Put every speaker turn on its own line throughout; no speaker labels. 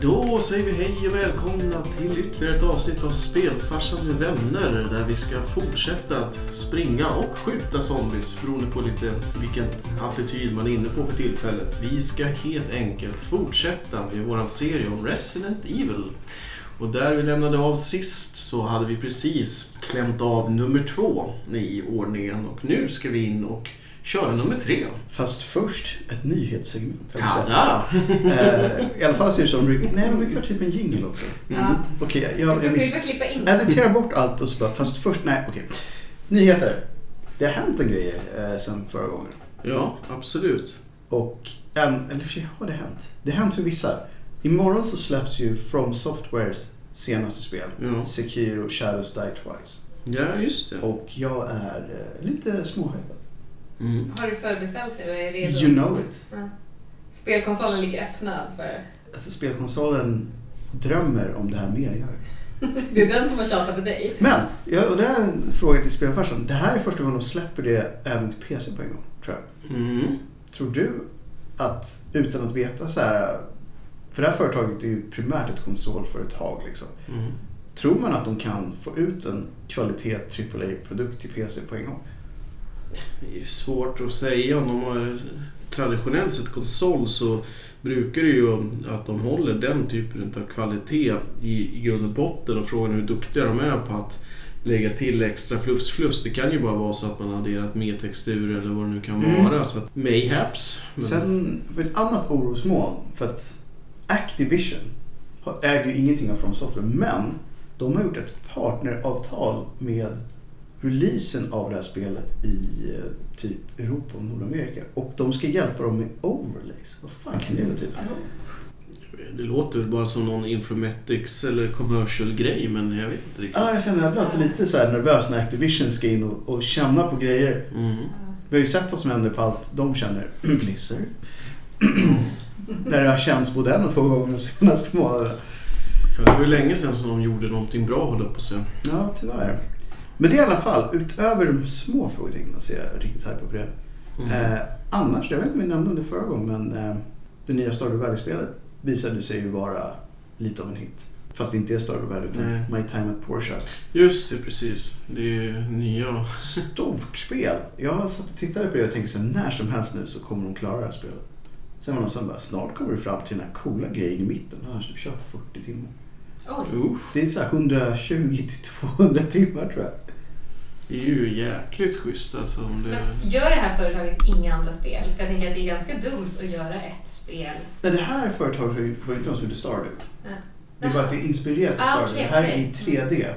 Då säger vi hej och välkomna till ytterligare ett avsnitt av Spelfarsan med vänner där vi ska fortsätta att springa och skjuta zombies beroende på lite vilken attityd man är inne på för tillfället. Vi ska helt enkelt fortsätta med vår serie om Resident Evil. Och där vi lämnade av sist så hade vi precis klämt av nummer två i ordningen och nu ska vi in och köra nummer tre.
Fast först ett nyhetssegment. höll jag på att säga.
Tada!
Eh, I alla fall ser det som... Nej, men vi kan ha typ en jingle också.
Mm.
Ja.
Okej,
Du
jag, jag
kan ju
miss...
bara klippa in.
Editera bort allt och så bara, fast först, nej okej. Nyheter. Det har hänt en grej eh, sen förra gången.
Ja, absolut.
Och en, eller för sig har det hänt. Det har hänt för vissa. Imorgon så släpps ju From Softwares senaste spel.
Ja.
Sekiro Shadows Die Twice.
Ja, just det.
Och jag är eh, lite småhypad.
Mm.
Har du förbeställt det och är redo?
You know it.
Ja. Spelkonsolen ligger öppnad för...
Alltså spelkonsolen drömmer om det här mer än jag gör.
Det är den som har tjatat på dig.
Men, ja, och det här är en fråga till spelfarsan. Det här är första gången de släpper det även till PC på en gång, tror jag.
Mm.
Tror du att, utan att veta så här, för det här företaget är ju primärt ett konsolföretag liksom.
Mm.
Tror man att de kan få ut en kvalitet AAA-produkt till PC på en gång?
Det är ju svårt att säga. Om de har, traditionellt sett konsol så brukar det ju att de håller den typen av kvalitet i, i grund och botten. Och frågan är hur duktiga de är på att lägga till extra flufs-flufs. Det kan ju bara vara så att man adderat mer texturer eller vad det nu kan
Mm.
vara. Så att, mayhaps. Men,
Sen, för ett annat orosmoln, för att Activision har- äger ju ingenting av From Software, men de har gjort ett partneravtal med releasen av det här spelet i eh, typ Europa och Nordamerika. Och de ska hjälpa dem med overlays. Vad fan kan det betyda?
det låter väl bara som någon informatics eller commercial grej men jag vet inte riktigt.
Ah, jag känner jag blir alltid lite så här nervös när Activision ska in och, och känna på grejer.
Mm.
Vi har ju sett vad som händer på allt de känner. Blizzard. när det har känts både en och två gånger de senaste månaderna.
Ja, det var ju länge sedan som de gjorde någonting bra håller jag på att säga.
Ja, tyvärr. Men det är i alla fall, utöver de små frågetecknen så är jag riktigt hype på det.
Mm.
Eh, annars, jag vet inte om vi nämnde om det förra gången, men eh, det nya Stardew Valley-spelet visade sig ju vara lite av en hit. Fast det inte är Stardew Valley utan
Nej.
My Time at Porsche.
Just det, precis. Det är nya
Stort spel! Jag satt och tittade på det och tänkte så här, när som helst nu så kommer de klara det här spelet. Sen var det någon som bara, snart kommer du fram till den här coola grejen i mitten. Han har typ kört 40 timmar.
Oj.
Uff,
Det är så här 120-200 timmar tror jag.
det är ju jäkligt schysst alltså. Om det...
Men gör det här företaget inga andra spel? För jag tänker att det är ganska dumt att göra ett spel.
Nej, det här företaget var ju- var ju inte de som gjorde Stardew.
Nej.
Det är bara att det är inspirerat av
Ah,
Stardew.
okej,
det här är i
okej.
3D.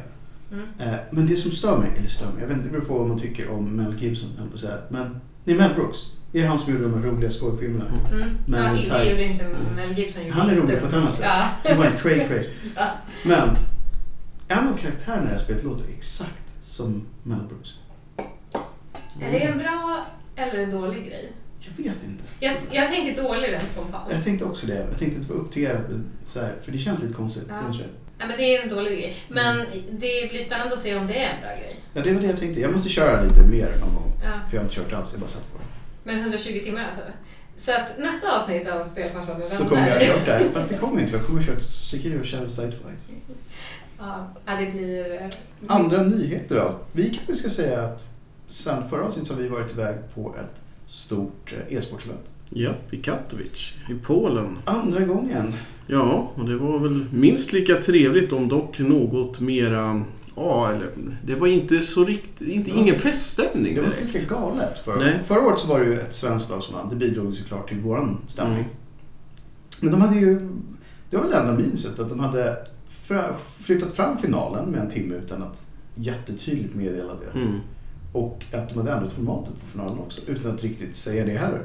Mm.
Eh, Men det som stör mig, eller stör mig, jag vet inte, det beror på vad man tycker om Mel Gibson, höll på att säga. Men det är Mel Brooks. Det är han som gjorde de här roliga skojfilmerna.
Mm.
Men
ja,
tights.
det gjorde inte Mel Gibson. gjorde
Han är rolig
inte.
på ett annat sätt.
Ja.
Det var en cray cray.
Ja.
Men en av karaktärerna i det här spelet låter exakt som Mel Brooks.
Är det en bra eller en dålig grej?
Jag vet inte.
Jag, jag tänker dålig rent spontant.
Jag tänkte också det. Jag tänkte att det var upp till er att så här, för det känns lite konstigt
Ja.
kanske.
Ja, men det är en dålig grej. Men
Mm.
det blir spännande att se om det är en bra grej.
Ja, det var det jag tänkte. Jag måste köra lite mer någon gång.
Ja.
För jag har inte kört alls, jag har bara satt på det.
Men 120 timmar alltså. Så att nästa avsnitt av Spelfarsan med
Så
vänner-
kommer jag ha kört det här. Fast det kommer jag inte, för jag kommer ha kört Secure och Shadow Side Twice.
Ja, ja, det blir... eh,
Andra nyheter då? Vi kanske ska säga att sen förra avsnittet har vi varit iväg på ett stort eh, e-sportsevent.
Ja, i Katowice i Polen.
Andra gången.
Ja, och det var väl minst lika trevligt om dock något mera... Ja, eller det var inte så riktigt... Inte,
Ja.
ingen feststämning
Det var inte
direkt.
lika galet.
Nej.
För, förra året så var det ju ett svenskt lag som vann. Det bidrog ju såklart till våran stämning.
Mm.
Men de hade ju... Det var det enda minuset att de hade fra- flyttat fram finalen med en timme utan att jättetydligt meddela det.
Mm.
Och att de hade ändrat formatet på finalen också utan att riktigt säga det heller.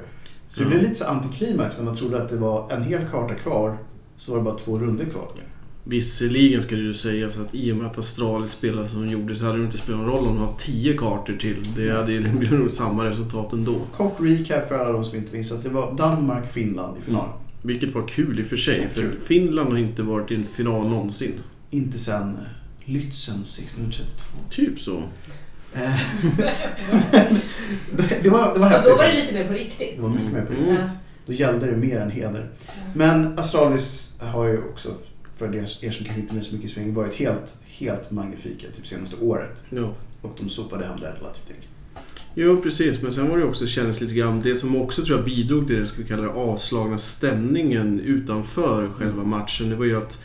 Så det
Ja.
blev lite så antiklimax när man trodde att det var en hel karta kvar så var det bara två runder kvar.
Visserligen ska det ju sägas att i och med att Astralis spelade som de gjorde så hade det inte spelat någon roll om de har tio kartor till. Det hade ju det blev nog samma resultat ändå.
Kort recap för alla de som inte minns att det var Danmark-Finland i finalen.
Mm.
Vilket var kul i och för sig, för
Jättekul.
Finland har inte varit i en final någonsin.
Inte sen eh, Lützen 1632.
Typ så.
Eh, det, det, var, det var
Och
häftigt.
då var det lite mer på riktigt.
Det var mycket mer på
Mm.
riktigt.
Ja.
Då gällde det mer än heder.
Mm.
Men Astralis har ju också, för er er som kanske inte är så mycket i svängen, varit helt, helt magnifika typ senaste året.
Ja.
Och de sopade hem det här relativt enkelt.
Jo, precis. Men sen var det också, kändes lite grann, det som också tror jag bidrog till den, ska vi kalla det, avslagna stämningen utanför
Mm.
själva matchen, det var ju att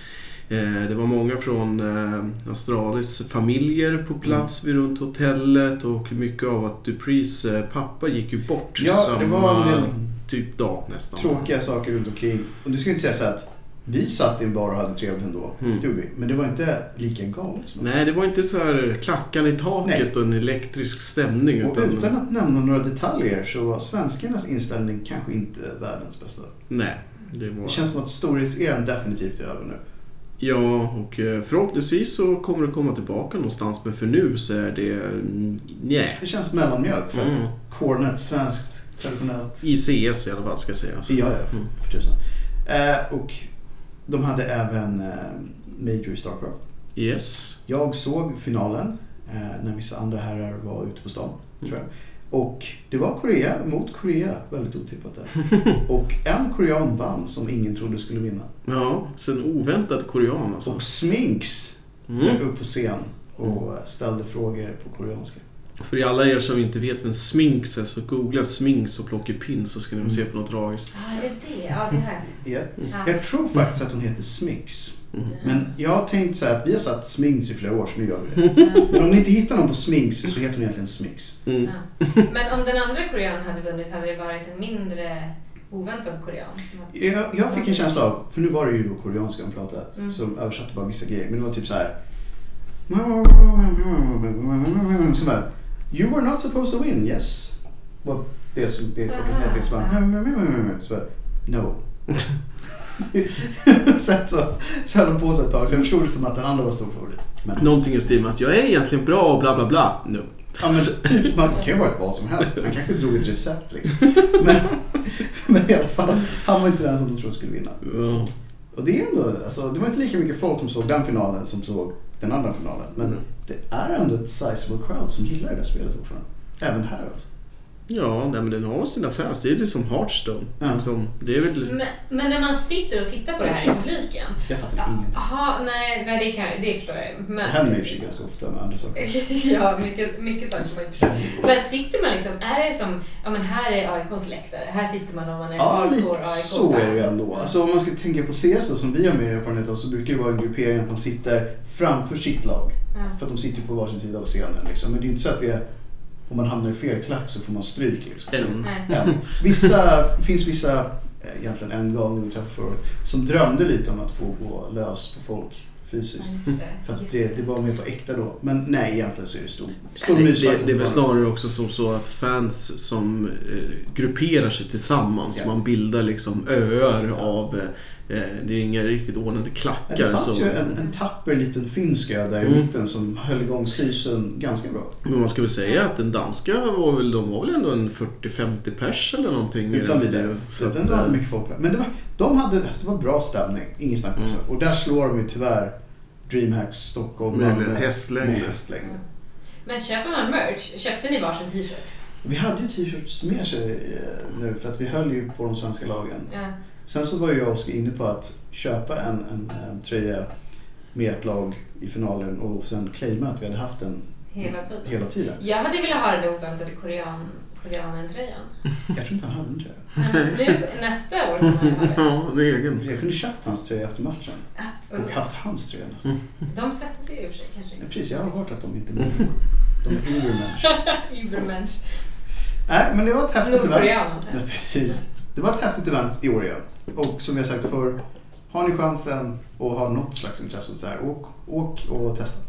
eh, det var många från eh, Astralis familjer
Mm.
på plats vid runt hotellet och mycket av att Dupris eh, pappa gick ju bort
Ja, det var en del
typ dag nästan.
tråkiga saker runt omkring. Och du ska inte säga så här att vi satt i en bar och hade trevligt ändå.
Mm.
Det gjorde vi. Men det var inte lika galet som
Nej, det var inte så här klackan i taket och en elektrisk stämning.
Och
Utan,
utan att nämna några detaljer så var svenskarnas inställning kanske inte världens bästa.
Nej, det var...
Det känns som att storhetseran definitivt är över nu.
Ja, och eh, förhoppningsvis så kommer det komma tillbaka någonstans. Men för nu så är det... mm, Nej.
Det känns mellanmjölk för att
Mm.
cornet, svenskt, traditionellt.
I CS i alla fall ska sägas.
Ja, ja,
Mm.
för tusan. Eh, och de hade även eh, Major i Starcraft.
Yes.
Jag såg finalen eh, när vissa andra herrar var ute på stan,
Mm.
tror jag. Och det var Korea mot Korea, väldigt otippat där. Och en korean vann som ingen trodde skulle vinna.
Ja, sen oväntat korean alltså.
Och Sminks dök
Mm.
upp på scen och ställde frågor på koreanska.
För i alla er som inte vet vem Sminks är så googla Sminks och Plockepinn så
Mm.
ska ni få se på något tragiskt.
Ja, det är det. Ja, det har jag sett.
Ja.
Ja.
Jag tror faktiskt att hon heter Sminks.
Mm.
Men jag har tänkt så här att vi har satt Sminks i flera år, så nu gör vi det. Men om ni inte hittar någon på Sminks så heter hon egentligen Sminks.
Mm.
Ja. Men om den andra koreanen hade vunnit hade det varit en mindre oväntad korean. Som hade...
Jag, jag fick en känsla av, för nu var det ju då koreanska de pratade,
Mm.
så de översatte bara vissa grejer. Men det var typ så här. Så bara, you were not supposed to win, yes. Var det som det ordet hette. Så bara, så bara, no. Sen så, så höll de på sig ett tag, så jag förstod det som att den andra var stor favorit. Men,
Någonting i stil med att jag är egentligen bra och bla bla bla. No.
ja, men typ, man kan ju vara ett vad som helst. Han kanske drog ett recept liksom. Men, men i alla fall, han var inte den som de trodde skulle vinna.
Ja.
Och det är ändå, alltså, det var inte lika mycket folk som såg den finalen som såg den andra finalen. Men
Mm.
det är ändå ett sizable crowd som gillar det där spelet fortfarande. Även här alltså.
Ja, nej, men den har sina fans. Det är lite som Hearthstone.
Ja.
Liksom, det är väl...
Men, men när man sitter och tittar på det här i publiken.
Jag fattar
Ja,
ingenting.
aha, nej, nej, det, kan, jag- det förstår jag.
Det
Men... Eh,
händer ju i och för sig ganska ofta med andra saker.
ja, mycket, mycket saker som man inte förstår. Men sitter man liksom, är det som, ja men här är AIKs läktare, här sitter man om man är
Ja,
hardcore
lite
AIK.
så är det ju ändå. Alltså om man ska tänka på CS då, som vi har mer erfarenhet av, så brukar det vara en gruppering att man sitter framför sitt lag.
Ja.
För att de sitter ju på varsin sida av scenen liksom. Men det är ju inte så att det är, om man hamnar i fel klack så får man stryk liksom.
En.
Nej.
Ja. Vissa, det finns vissa, eh, egentligen en galning vi träffade förut, som drömde lite om att få gå lös på folk
Ja,
fysiskt.
just det.
För att
Just
det, det var mer på äkta då. Men nej, egentligen så är det stor, stor
Det, det,
mysfaktor
det är väl
bara.
snarare också som så att fans som eh, grupperar sig tillsammans,
Ja.
man bildar liksom öar
Ja.
av, eh, det är inga riktigt ordnade
Men
klackar.
Det fanns
som-
ju en, en tapper liten finsk ö där i
Mm.
mitten som höll igång season ganska bra.
Men man ska väl säga att den danska var väl, de var väl ändå en 40-50 pers eller någonting. i den
Utan vidare.
stilen.
Så
Så att,
den hade
eh,
mycket folk där. Men det var, de hade, alltså, det var bra stämning, ingen snack om
Mm.
så. Och där slår de ju tyvärr Dreamhacks Stockholm
Med
Malmö
hästlängder.
med hästlängder.
Men köper man merch? Köpte ni varsin t-shirt?
Vi hade ju t-shirts med sig eh, nu för att vi höll ju på de svenska lagen.
Ja.
Sen så var ju jag och Oskar inne på att köpa en, en, en tröja med ett lag i finalen och sen claima att vi hade haft den
Hela tiden.
hela tiden.
Jag hade velat ha den oväntade korean, koreanen-tröjan.
Jag tror inte han hade en tröja.
Men Nu, nästa år kommer jag ha det.
ja, en egen.
Jag kunde köpt hans tröja efter matchen och
Och
haft hans tröja nästan.
De svettas ju i och för sig kanske
Ja,
inte.
precis, jag har hört att de inte är människor. De är urmänniskor.
Übermensch.
Nej, men det var ett häftigt event.
Nordkorean. antar
Ja,
jag.
precis. Det var ett häftigt event i år igen. Och som jag sagt förr, har ni chansen och har något slags intresse åt det här, åk, åk och testa.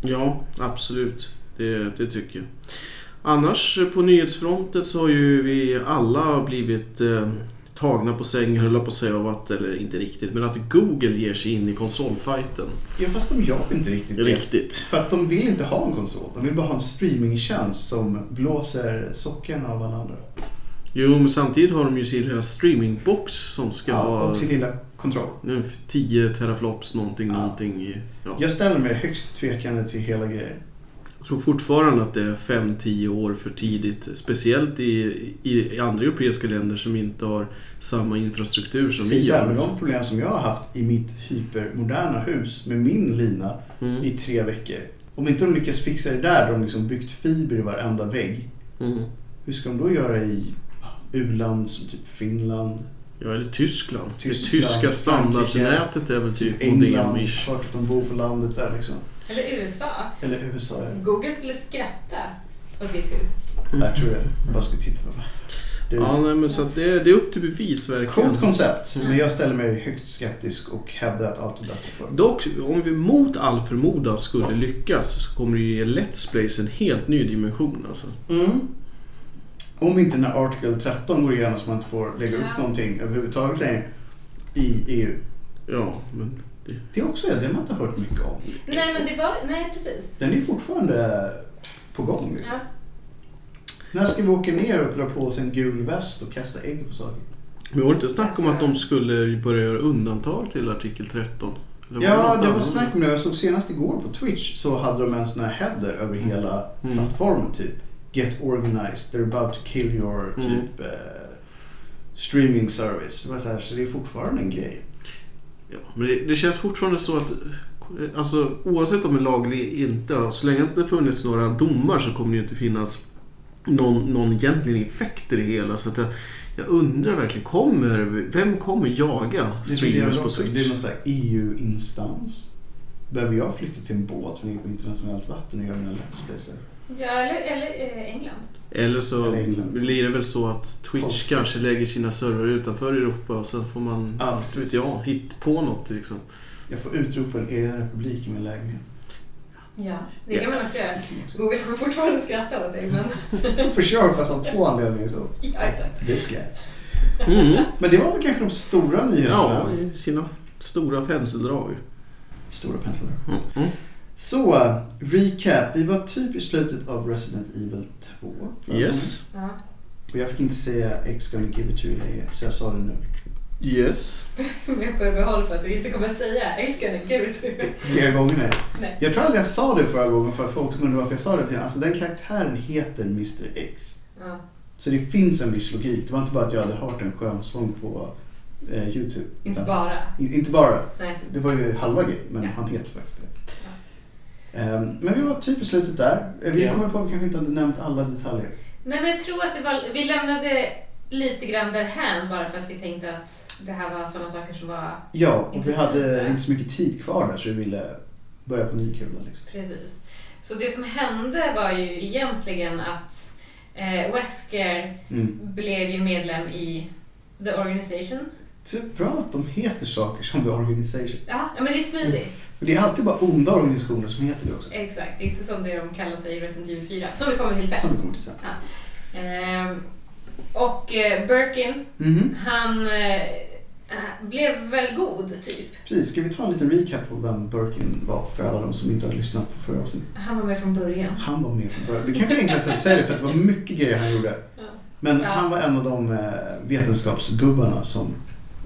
Ja, absolut. Det, det tycker jag. Annars eh, på nyhetsfronten så har ju vi alla blivit eh, tagna på sängen, höll jag på att säga, av att, eller inte riktigt, men att Google ger sig in i konsolfighten.
Ja, fast de gör inte riktigt det.
Riktigt.
För att de vill inte ha en konsol. De vill bara ha en streamingtjänst som blåser sockerna av alla andra.
Jo, men samtidigt har de ju sin lilla streamingbox som ska
Ja,
ha
och sin lilla kontroll.
nu, 10 teraflops någonting,
Ja.
någonting. i- Ja.
Jag ställer mig högst tvekande till hela grejen.
Jag tror fortfarande att det är 5-10 år för tidigt. Speciellt i, i, i andra europeiska länder som inte har samma infrastruktur som liksom.
Precis,
vi har.
även de problem som jag har haft i mitt hypermoderna hus med min lina
Mm.
i tre veckor. Om inte de lyckas fixa det där, de liksom byggt fiber i varenda vägg.
Mm.
Hur ska de då göra i ja, u-land som typ Finland,
Ja, eller Tyskland.
Tyskland,
det tyska standardnätet är väl typ
England?
modemish.
Klart att de bor på landet där liksom.
Eller USA.
Eller USA. ja.
Google skulle skratta åt ditt hus.
Där tror jag jag bara skulle titta på det. det. är-
Ja, nej, men så att det, är- det är upp till bevis verkligen.
Coolt koncept, men jag ställer mig högst skeptisk och hävdar att allt är bättre förr.
Dock, om vi mot all förmodan skulle lyckas så kommer det ju ge Let's Plays en helt ny dimension alltså.
Mm. Om inte den här artikel 13 går igenom så man inte får lägga upp
Ja.
någonting överhuvudtaget längre i EU.
Ja, men...
Det är också det man inte har hört mycket om.
Nej, men det var... Nej, precis.
Den är fortfarande på gång. Liksom.
Ja.
När ska vi åka ner och dra på oss en gul väst och kasta ägg på saker?
Men var det inte snack om att de skulle börja göra undantag till artikel 13? Eller
ja,
något
det var
annat?
snack om det. Jag såg senast igår på Twitch så hade de en sån här header över hela
Mm.
plattformen. Typ Get organized, they're about to kill your
Mm.
typ eh, streaming service. Det var så, här, så det är fortfarande en grej.
Ja, men det, det känns fortfarande så att alltså, oavsett om en lag eller inte, så länge det inte funnits några domar så kommer det ju inte finnas någon, någon egentligen effekt i det hela. Så att jag, jag undrar verkligen, kommer, vem kommer jaga
Det är, typ det
streamers
jag
på
också, det är
Twitch?
någon sån här E EU-instans. Behöver jag flytta till en båt för att gå på internationellt vatten och göra mina Let's Plays där?
Ja, eller, eller eh, England.
Eller så
Eller England.
blir det väl så att Twitch
Tolv.
kanske lägger sina servrar utanför Europa och sen får man,
Ja,
inte vet jag, hitta på något liksom.
Jag får utropa en egen republik i min lägenhet.
Ja, det kan man också göra. Google kommer fortfarande skratta åt dig, men...
For sure, fast av två anledningar så.
Ja, exakt.
Det ska jag.
Mm.
Men det var väl kanske de stora nyheterna?
Ja, i sina stora penseldrag.
Stora penslar.
Mm. Mm.
Så, eh, recap. Vi var typ i slutet av Resident Evil 2.
Yes.
Ja.
Och jag fick inte säga X gonna give it to you längre, så jag sa det nu.
Yes.
Med förbehåll för att du inte kommer säga I ska give it to you.
Flera gånger nu.
Mm. Nej.
Jag tror aldrig jag sa det förra gången för att folk som undrar varför jag sa det till henne. Alltså den karaktären heter Mr X.
Ja.
Så det finns en viss logik. Det var inte bara att jag hade hört en skön sång på eh, Youtube.
Inte
Utan-
bara.
In, inte bara.
Nej.
Det var ju halva grejen, men
Ja.
han heter faktiskt det. Ehm, men vi var typ i slutet där. Eh, Vi
Ja.
kommer på att vi kanske inte hade nämnt alla detaljer.
Nej, men jag tror att det var, vi lämnade lite grann därhän bara för att vi tänkte att det här var sådana saker som var
Ja, och vi
Intressant,
hade
ja.
inte så mycket tid kvar där så vi ville börja på ny kula. Liksom.
Precis. Så det som hände var ju egentligen att eh, Wesker
Mm.
blev ju medlem i The Organization.
Så bra att de heter saker som The Organization.
Ja, ja, men det är smidigt.
För det är alltid bara onda organisationer som heter det också.
Exakt, inte som det de kallar sig i Resident Evil 4, som vi kommer till sen.
Som vi kommer till sen.
Ehm, och eh, Birkin,
Mhm.
han eh, blev väl god, typ.
Precis, ska vi ta en liten recap på vem Birkin var för alla de som inte har lyssnat på förra avsnittet?
Han var med från början.
Han var med från början. Det kanske är enklast att säga det för att det var mycket grejer han gjorde.
Ja.
Men
Ja.
han var en av de eh, vetenskapsgubbarna som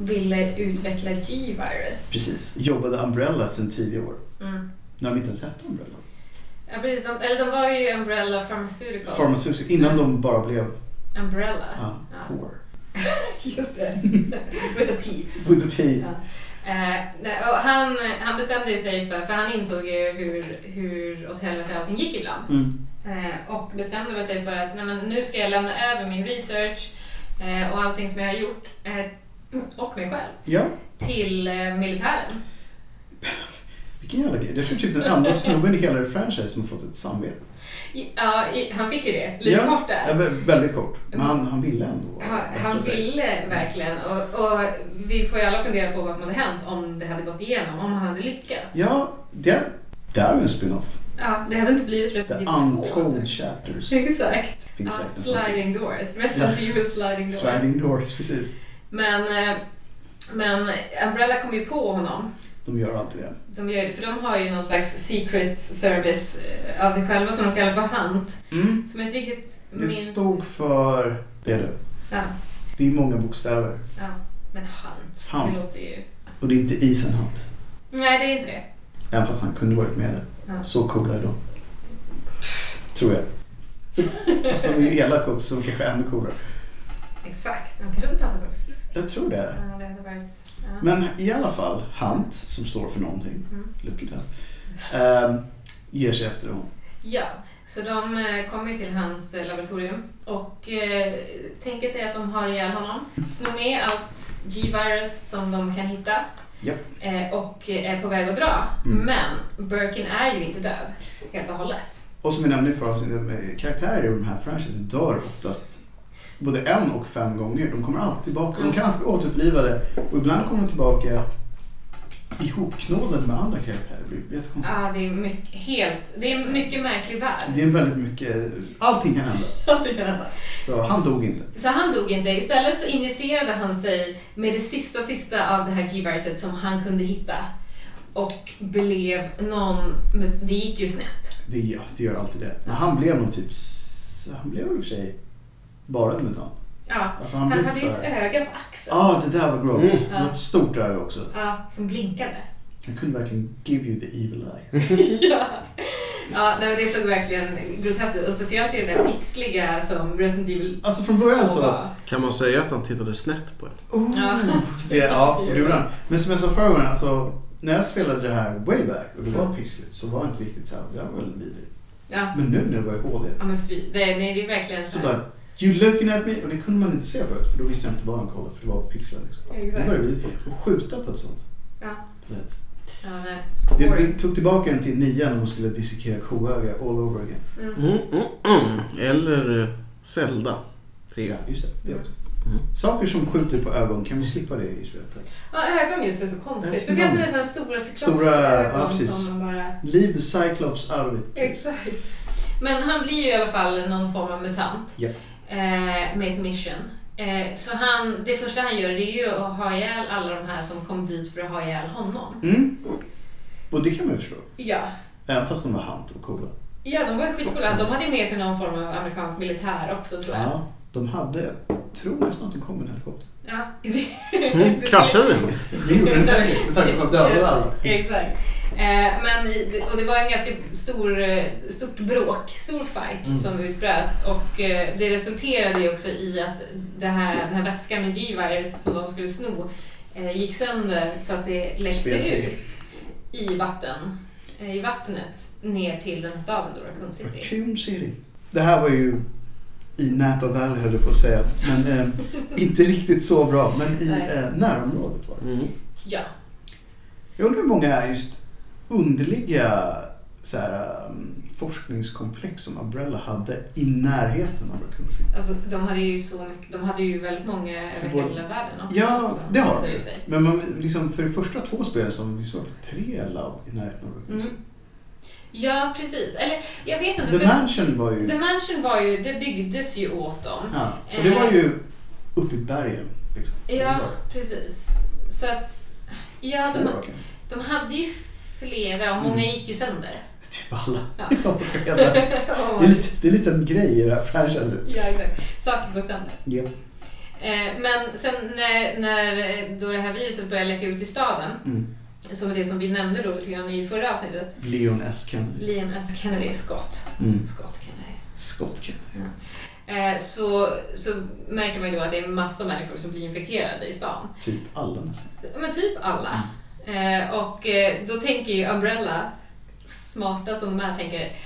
Ville utveckla G-virus.
precis jobbade Umbrella sedan tidigare år.
Mm.
Nu har vi inte ens sett Umbrella.
Ja, precis. De, eller de var ju Umbrella Pharmaceuticals.
Pharmaceutical, innan de bara blev
Umbrella.
ja,
Ja.
core.
Just det. With a P.
With the P.
Ja. Eh, nej, och han, han bestämde ju sig för, för han insåg ju hur, hur åt helvete allting gick ibland.
Mm.
Eh, och bestämde väl sig för att nej, men nu ska jag lämna över min research eh, och allting som jag har gjort eh, och mig själv
Ja,
till eh, militären.
vilken jävla grej. Jag tror typ den enda snubben i hela det franchise som har fått ett samvete.
I- Ja, i- han fick ju det, lite
Ja.
kort
Ja,
där.
vä- väldigt kort. Men han, han ville ändå.
Han, han
Jag tror jag.
ville verkligen och, och vi får ju alla fundera på vad som hade hänt om det hade gått igenom, om han hade lyckats.
Ja, det, det är ju en spin-off.
Ja, det hade inte blivit
The
Resident Evil 2.
Untold Chapters.
Exakt. Ja,
Finns säkert en sån till.
Alltså, sliding doors. Resident Evil sliding doors.
Sliding Doors, precis.
Men, eh, men Umbrella kom ju på honom.
De gör alltid det.
De gör, för de har ju någon slags secret service eh, av sig själva som de kallar för Hunt. Som jag inte riktigt
Mm. Det
minns.
stod för... Det är det.
Ja,
Det är många bokstäver.
ja. Men Hunt.
Hunt.
Det låter ju...
Och det är inte Ethan Hunt.
Nej, det är inte det.
Även fast han kunde varit med det.
Ja.
Så coola är de. Tror jag. Fast de är ju elaka också, så de kanske är ännu coolare.
Exakt, de kanske inte passar på det.
Jag tror det.
Ja, det hade varit... Ja.
Men i alla fall, Hunt, som står för någonting,
Mm.
Lucky Dad, eh, ger sig efter honom.
Ja, så de eh, kommer till hans eh, laboratorium och eh, tänker sig att de har ihjäl honom. Snor med allt G-virus som de kan hitta
Japp.
eh, och är på väg att dra.
Mm.
Men Birkin är ju inte död helt och hållet.
Och som vi nämnde i förra avsnittet, eh, karaktärer i de här franchisen dör oftast både en och fem gånger. De kommer alltid tillbaka. De kan alltid bli återupplivade och ibland kommer de tillbaka ihopknådade med andra karaktärer. Det blir jättekonstigt.
Ja, det är mycket, helt, det är en mycket märklig värld.
Det är väldigt mycket, allting kan hända.
Allting kan hända.
Så han dog inte.
Så han dog inte. Istället så injicerade han sig med det sista sista av det här G-viruset som han kunde hitta. Och blev någon... Det gick ju snett.
Det, ja, det gör alltid det. Men han blev någon typ, s- han blev väl i och för sig bara en mutant.
Ja,
Alltså han,
han
blev
hade
så
ju ett
här,
öga på axeln.
Ja, ah, det där var gross.
Mm.
Det var ett stort öga också.
Ja, som blinkade.
Han kunde verkligen give you the evil eye.
ja. ja, nej, men det såg verkligen groteskt ut. Och speciellt i det där pixliga som Resident Evil
Alltså från början så...
var.
Kan man säga att han tittade snett på en?
Oh,
Ja.
det, ja, det gjorde han. Men som jag sa förra gången, alltså, när jag spelade det här way back och det var pissligt så var jag inte riktigt så här, det där var väl vidrigt.
Ja.
Men nu när det var i HD
ja, men fy. Det, det är ju verkligen
så
så här-
bara, you looking at me? Och det kunde man inte se förut för då visste jag inte vad han kollade för det var pixlar liksom. Det var
Exakt.
det vidrigt. Och skjuta på ett sånt.
Ja.
Du vet.
Ja, nej.
Det,
Boring.
det tog tillbaka en till nian när man skulle dissekera koöga all over again.
Mm.
Mm, mm, mm. Eller eh, Zelda.
Ja,
Tre.
just det. det också.
Mm.
Saker som skjuter på ögon, kan vi slippa det i spelet? tack?
Ja, ögon just är så
Ja,
konstigt. Speciellt när det är sådana stora
Stora, ja,
cyklopsögon
precis.
som man bara...
Leave the Cyclops out of it. please.
Exakt. Men han blir ju i alla fall någon form av mutant.
Ja.
Eh, med ett mission. Eh, så han, det första han gör det är ju att ha ihjäl alla de här som kom dit för att ha ihjäl honom.
Mm. Och det kan man ju förstå.
Ja.
Även fast de var hand och coola.
Ja, de var skitcoola. De hade ju med sig någon form av amerikansk militär också tror jag.
Ja, de hade, jag tror nästan att de kom med en helikopter.
Ja. Det,
Mm,
det-
kraschade den?
Det gjorde den säkert med tanke på att döda alla.
Exakt. Eh, men, i- och det var en ganska stor, eh, stort bråk, stor fight
Mm.
som utbröt och eh, det resulterade ju också i att det här, den här väskan med G-virus som de skulle sno eh, gick sönder så att det läckte
Spred sig.
ut i vatten eh, i vattnet ner till den här staden då, Raccoon City.
Raccoon City. Det här var ju i Napa Valley höll jag på att säga. Men eh, inte riktigt så bra. Men i
Nej.
eh, närområdet var det.
Mm.
Ja.
Jag undrar hur många just underliga så här, um, forskningskomplex som Umbrella hade i närheten av Raccoon City.
Alltså, de hade ju så mycket, de hade ju väldigt många
För
över
både-
hela världen också.
Ja,
så-
det har
visar
de.
sig.
Men man, liksom, för de första två spelen som vi var på tre labb i närheten av Raccoon
Mm.
City.
Ja, precis. Eller jag vet inte.
The
för-
Mansion var ju...
The Mansion var ju, det byggdes ju åt dem.
Ja, och det var ju uppe i bergen. Liksom.
Ja, precis. Så att, ja,
Två
de,
raken.
de hade ju flera och många
Mm.
gick ju sönder.
Typ alla.
Ja.
Ja. vad ska jag säga? det, är lite, det är lite en grej i det här franchiset.
Ja, exakt. Saker går sönder.
Ja.
Eh, Men sen när, när eh, då det här viruset började läcka ut i staden,
Mm.
som det som vi nämnde då lite grann i förra avsnittet,
Leon S. Kennedy.
Leon S. Kennedy, Scott.
Mm.
Scott Kennedy.
Scott Kennedy.
Eh, Så, så märker man ju då att det är massa människor som blir infekterade i stan.
Typ alla nästan.
Ja, Men typ alla.
Mm.
Eh, och eh, då tänker ju Umbrella, smarta som de är, tänker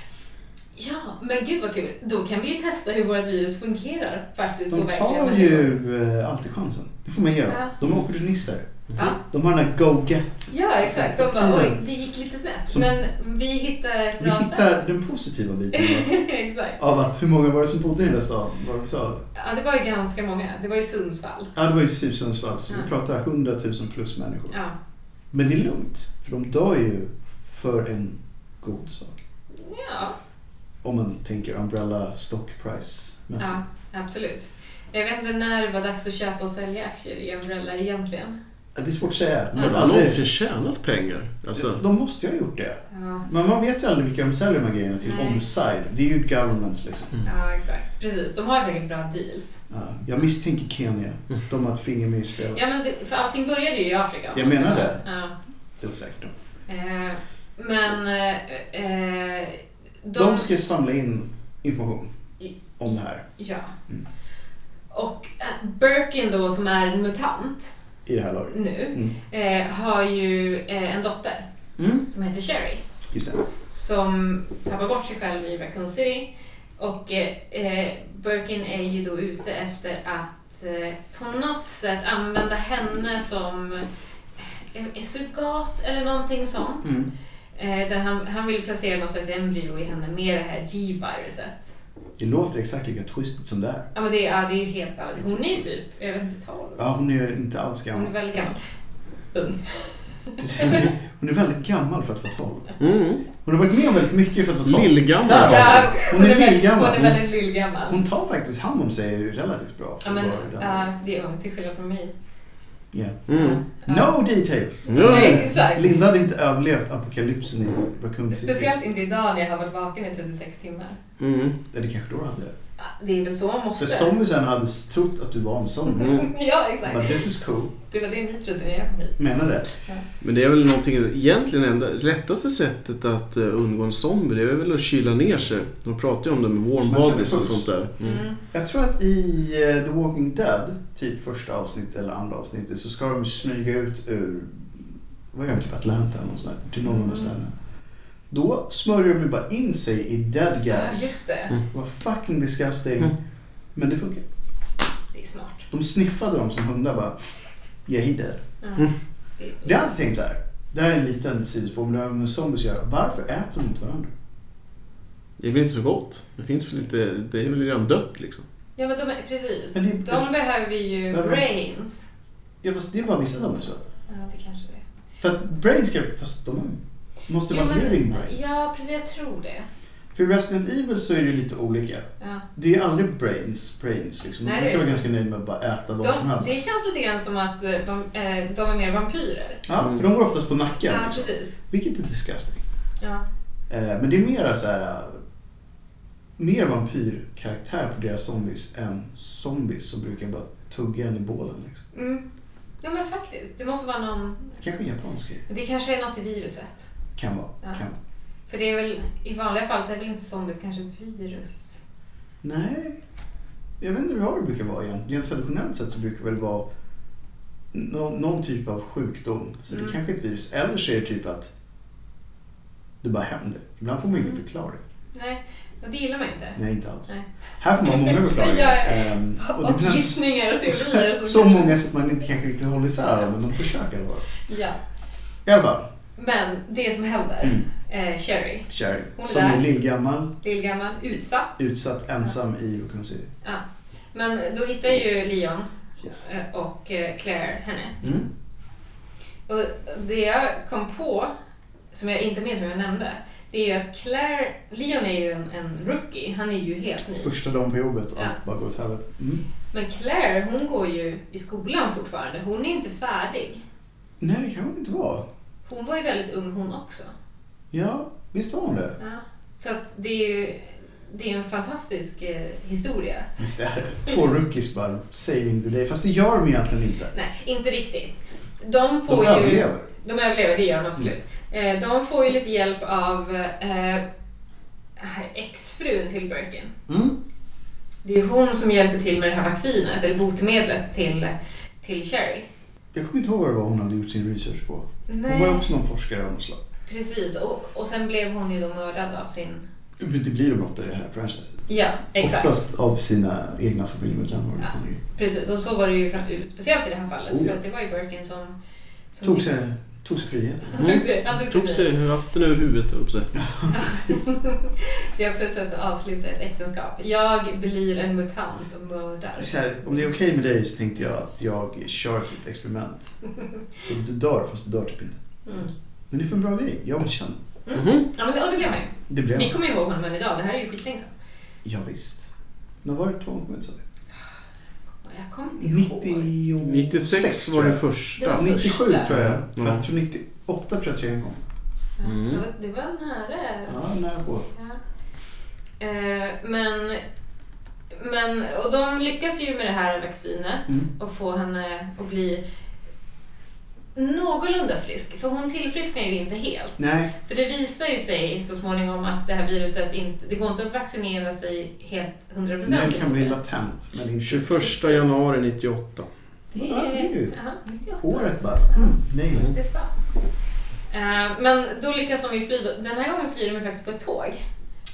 Ja, men gud vad kul. Då kan vi ju testa hur vårt virus fungerar faktiskt på
De
verkliga
tar
människor.
ju eh, alltid chansen. Det får man ge dem.
Ja.
De är opportunister.
Ja.
De har den här go-get.
Ja, exakt. De bara,
Tydligen.
oj, det gick lite snett.
Som-
Men vi hittar ett
Vi
bra
hittar
sätt.
den positiva biten av att-
exakt.
av att hur många var det som bodde i den där staden? Var det, så?
Ja, det var ju ganska många. Det var ju Sundsvall.
Ja, det var ju typ Sundsvall, så vi
Ja.
pratar 100 000 plus människor.
Ja.
Men det är lugnt, för de dör ju för en god sak.
ja.
Om man tänker Umbrella Stock Price mässigt.
Ja, absolut. Jag vet inte när det var dags att köpa och sälja aktier i Umbrella egentligen.
Ja, Det är svårt att säga.
Har
Men
han
aldrig-
någonsin tjänat pengar? Alltså,
De måste ju ha gjort det.
Ja.
Men man vet ju aldrig vilka de säljer de här grejerna till
Nej.
on the side. Det är ju governments liksom.
Ja, exakt. Precis. De har säkert bra deals.
Ja, jag misstänker Kenya. De har ett finger med i spelet.
Ja, men det, för allting började ju i Afrika. om
Jag
man ska
menar
vara-
det.
Ja.
Det är säkert de.
Eh, men... Eh, eh, de,
De ska samla in information om det här
Ja.
Mm.
Och eh, Birkin då, som är en mutant
i det här laget.
nu,
Mm.
eh, har ju eh, en dotter
Mm.
som heter Sherry.
Just det.
som tappar bort sig själv i Raccoon City. Och eh, eh, Birkin är ju då ute efter att eh, på något sätt använda henne som eh, surrogat eller någonting sånt.
Mm.
Eh, där han, han vill placera någon slags embryo i henne med det här G-viruset.
Det låter exakt lika twisted som det är.
Ja men det, ja, det är ju helt galet. Hon är ju typ, jag vet inte, 12.
Ja, hon är inte alls
Hon är
gammal.
väldigt gammal. Ung.
Precis, Hon är, hon är väldigt gammal för att vara 12.
Mm.
Hon har varit med om väldigt mycket för att vara 12.
Lillgammal.
Där har vi
Ja,
det. Hon är
väldigt, hon
lillgammal.
är väldigt lillgammal.
Hon tar faktiskt hand om sig relativt bra. för
Ja
att
men
vara den.
ja, det är ungt till skillnad från mig.
Yeah.
Mm.
Ja.
No details!
Ja.
Nej, exakt.
Linda hade inte överlevt apokalypsen i Raccoon City.
Speciellt inte idag när jag har varit vaken i 36 timmar.
Mm.
Eller kanske då hade.
Det är väl så man
För
måste.
zombiesen hade trott att du var en zombie.
Mm.
Ja, exakt.
But this is cool.
Det var det ni trodde när jag kom hit.
Menar det.
Men det är väl någonting, egentligen enda lättaste sättet att eh, undgå en zombie det är väl att kyla ner sig. De pratar ju om det med warm
Som en
bodies och
puls.
sånt där.
Mm.
Jag tror att i eh, The Walking Dead, typ första avsnittet eller andra avsnittet, så ska de smyga ut ur, vad är det, typ Atlanta eller något sånt där, till någon av de
Mm.
ställena. Då smörjer de ju bara in sig i dead
Ja,
gas.
just det.
Mm.
Vad fucking disgusting.
Mm.
Men det funkar.
Det är smart.
De sniffade dem som hundar bara, yeah he dead.
Ja.
Mm.
Det är-
Det har jag alltid tänkt så här. Det här är en liten sidospår, men det har med zombies att göra. Varför äter de inte varandra?
Det är väl inte så gott? Det finns väl inte, det är väl redan dött liksom.
Ja, men de är, precis.
Men det-
De behöver ju
Behöver-
brains.
Ja, fast det är bara vissa som är så.
Ja, det kanske det är.
För att brains ska... Fast de har- måste
Jo,
vara
men-
living brains.
Ja, precis. Jag tror det.
För i Resident Evil så är det ju lite olika.
Ja.
Det är ju aldrig brains, brains liksom.
Nej,
Man kan
det är
vara
det.
ganska nöjd med att bara äta vad som
De,
helst.
det känns lite grann som att eh, de, eh, de är mer vampyrer.
Ja, för de går oftast på nacken.
Ja,
liksom.
precis.
Vilket är disgusting.
Ja.
Eh, men det är mera så här... eh, Mer vampyrkaraktär på deras zombies än zombies som brukar bara tugga en i bålen. Liksom.
Mm. Ja, men faktiskt. Det måste vara någon...
Kanske en japansk grej.
Det kanske är något i viruset.
Kan vara.
Ja.
Kan vara.
För det är väl, i vanliga fall så är det väl inte zombie kanske virus?
Nej. Jag vet inte vad det brukar vara egentligen. Traditionellt sett så brukar det väl vara nå- någon typ av sjukdom. Så det
Mm.
kanske är ett virus. Eller så är det typ att det bara händer. Ibland får man ingen
Mm.
förklaring.
Nej, och det gillar man ju inte.
Nej, inte alls.
Nej.
Här får man många förklaringar.
Ja, ja.
Ehm,
Och,
och det blir så,
gissningar och teorier. som
så
kanske-
många så att man inte kanske riktigt håller isär dem, men de försöker i alla fall.
Ja.
I alla fall,
Men det som händer,
Mm.
eh, Sherry,
Sherry.
Hon är
Som
där.
är lillgammal,
lillgammal, utsatt.
utsatt, ensam i Raccoon City.
Ja. Men då hittar ju Leon
Yes.
eh, och eh, Claire henne.
Mm.
Och det jag kom på, som jag inte minns om jag nämnde, det är ju att Claire, Leon är ju en, en rookie, han är ju helt ny.
Första dagen på jobbet och
Ja.
allt bara går åt helvete. Mm.
Men Claire, hon går ju i skolan fortfarande, hon är ju inte färdig.
Nej, det kan hon inte vara.
Hon var ju väldigt ung hon också.
Ja, visst var hon det?
Så att det är ju det är ju en fantastisk eh, historia.
Visst är det. Två rookies bara saving the day. Fast det gör de egentligen inte.
Nej, inte riktigt. De
De
får ju...
överlever.
De överlever, det gör de absolut.
Mm.
Eh, de får ju lite hjälp av eh, här, exfrun till Birkin.
Mm.
Det är ju hon som hjälper till med det här vaccinet, eller botemedlet till, till Sherry.
Jag kommer inte ihåg vad det var hon hade gjort sin research på. Hon var ju
Nej,
också någon forskare av något slag.
precis. Och, och sen blev hon ju då mördad av sin...
Det blir de ofta i det här franchiset.
Ja, exakt.
Oftast av sina egna familjemedlemmar.
Ja.
Ja.
Precis, och så var det ju fram- speciellt i det här fallet.
Oh, ja.
För att det var ju Birkin som... som
Tog
tyckte-
sig, tog sig frihet.
Han tog sig. Han
Mm. Tog sig vatten över huvudet höll jag på att säga.
Det är också ett sätt att avsluta ett äktenskap. Jag blir en mutant och mördar.
Det är Så här, om det är okej med dig så tänkte jag att jag kör ett experiment. Så du dör, fast du dör typ inte.
Mm.
Men det är för en bra grej. Jag vill känna.
Mhm.
Ja, men det, och det blev han ju.
Det blev
Ni kommer ju ihåg honom än idag. Det här är ju skitlänge sedan.
Ja, visst. När var det två minuter sa vi?
Jag kommer inte ihåg.
96,
96 var det
Det
första.
var-
97
första.
tror jag.
Ja.
För jag tror 98 tror jag tre gånger.
Ja,
Mm.
det, var, det var nära.
Ja, nära på.
Ja. Eh, men, men, och de lyckas ju med det här vaccinet
Mm.
och få henne att bli någorlunda frisk, för hon tillfrisknar ju inte helt.
Nej,
För det visar ju sig så småningom att det här viruset inte, det går inte att vaccinera sig helt 100%
den kan bli
det.
latent. Men inte
21
Precis.
januari 98.
Det
Ja, det är
är,
ju-
ja, 98.
håret bara. Mm, nej.
Det är sant. Eh, Men då lyckas de ju fly. då. Den här gången flyr de ju faktiskt på ett tåg.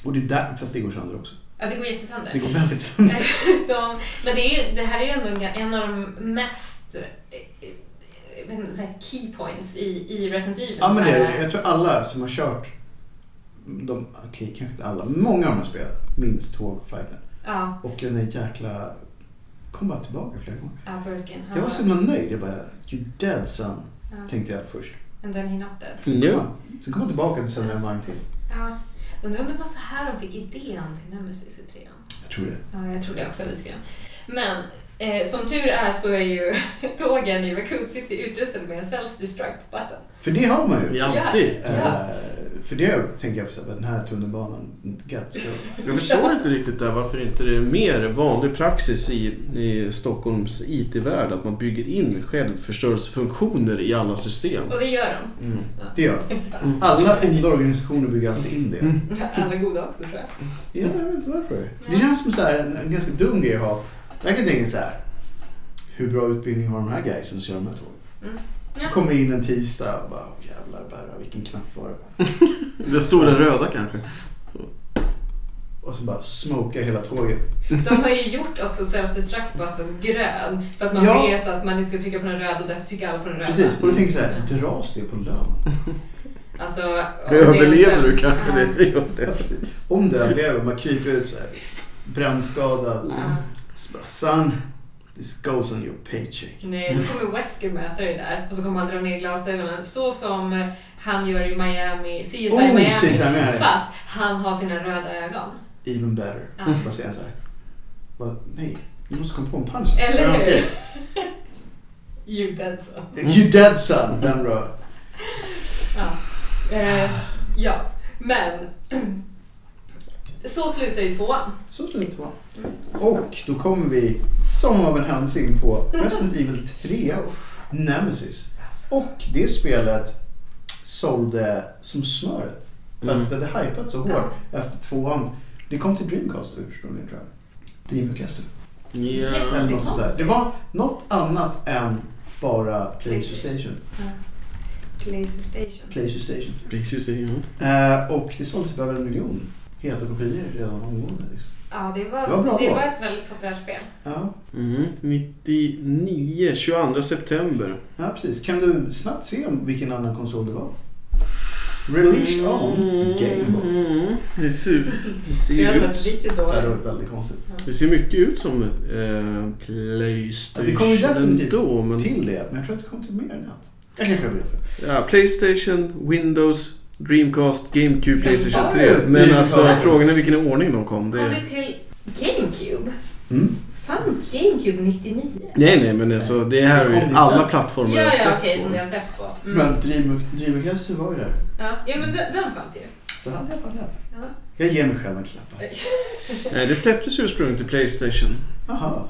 Och det är där, fast det går sönder också.
Ja, det går
Det
jättesönder.
går väldigt sönder.
De, men det, är ju, det här är ju ändå en, ga- en av de mest eh, eh, jag vet inte, så här key points i, i Resident Evil.
Ja men det är
Här-
det. Jag tror alla som har kört, de, okej kanske inte alla, men många av de här spelen minns tågfighten.
Ja,
Och den där jäkla, kom bara tillbaka flera gånger.
ja, Birkin. Han
Jag var så himla nöjd. Jag bara, you dead son,
ja.
tänkte jag först.
And then he not dead.
Sen kom,
Ja.
han, sen kom han tillbaka och sen en varm till.
Ja. Undrar om det var så här de fick idén till Nemesis i trean.
Jag tror det.
Ja, jag tror det också lite grann. Men eh, som tur är så är ju tågen i Raccoon City utrustade med en self-destruct button.
För det har man ju.
Vi alltid.
Ja.
Eh, för det tänker jag för den här tunnelbanan, gött. Så-
Jag förstår inte riktigt där varför inte det är mer vanlig praxis i, i Stockholms IT-värld att man bygger in självförstörelsefunktioner i alla system.
Och det gör de.
Mm. Det gör de. Alla onda organisationer bygger alltid in det.
Mm. Alla goda också tror jag.
Ja, jag vet inte varför. Det
Nej.
känns som så här, en, en ganska dum grej att ha. Jag kan tänka så här. Hur bra utbildning har de här guysen som kör de här tågen?
Mm. Ja.
Kommer in en tisdag och bara oh, jävlar bära, vilken knapp var det?
Det stora röda kanske.
Och så bara smokar hela tåget.
De har ju gjort också self-destruct button grön för att man
Ja.
vet att man inte ska trycka på den röda och därför trycker alla på den röda.
Precis, och då tänker jag så här, dras det på lön?
Alltså, om det är en
Överlever
self-
du kanske
Ja.
det? Gör
Ja,
det.
precis. Om det överlever, man kryper ut så här, brännskadad.
Ja.
Så bara, son, this goes on your paycheck.
Nej, då kommer Wesker möta dig där och så kommer han dra ner glasögonen så som han gör i Miami, CSI
Oh,
Miami.
precis, jag menar det.
Fast han har sina röda ögon.
Even better.
Ja.
Så bara säger han så här, bara, nej, du måste komma på en punch.
Eller
Men han säger,
hur? You dead son.
You dead son, den rör.
Ja. Eh, ja, men så slutar ju tvåan.
Så skulle det vara. Och då kommer vi som av en händelse in på Resident Evil 3 Nemesis.
Alltså,
Och det spelet sålde som smöret. För att
Mm.
det hade hypats så hårt efter tvåan. Det kom till Dreamcast ursprungligen tror jag. Dreamcast
Ja.
eller något sånt där. Det var något annat än bara Playstation.
Playstation.
Playstation.
Precis, ja.
Eh, och det sålde typ över en miljon heta kopior redan omgående. Liksom.
Ja, det var,
Det var bra
det
då.
var ett väldigt populärt spel.
Ja,
Mm. 99, 22 september.
ja, precis. Kan du snabbt se om vilken annan konsol det var? Released on Game Boy.
Mm. Det ser, det
Det
ser
hade
ut
varit riktigt
Det hade
dåligt.
varit väldigt konstigt.
Det ser mycket ut som eh, Playstation
Ja, det kommer definitivt
ändå. Men,
Till det, men jag tror att det kom till mer än ett. Jag kanske har fel.
ja, Playstation, Windows, Dreamcast, GameCube, Playstation
Ja,
3. Men
Dreamcast.
alltså frågan är vilken ordning de kom. Det
Kom det till GameCube?
Mm.
Fanns GameCube 99?
Nej, nej, men alltså, det här
Det
är
kom
ju
dit
alla
sen.
Ja,
plattformar jag har
ja,
släppt
okej,
på.
som ni har sett på. Mm.
Men Dream- Dreamcast var ju där.
Ja, ja, men den, den fanns ju.
Så hade jag fan rätt.
Ja.
Jag ger mig själv en klapp. här.
Nej, Eh, det släpptes ursprungligen till Playstation.
Aha.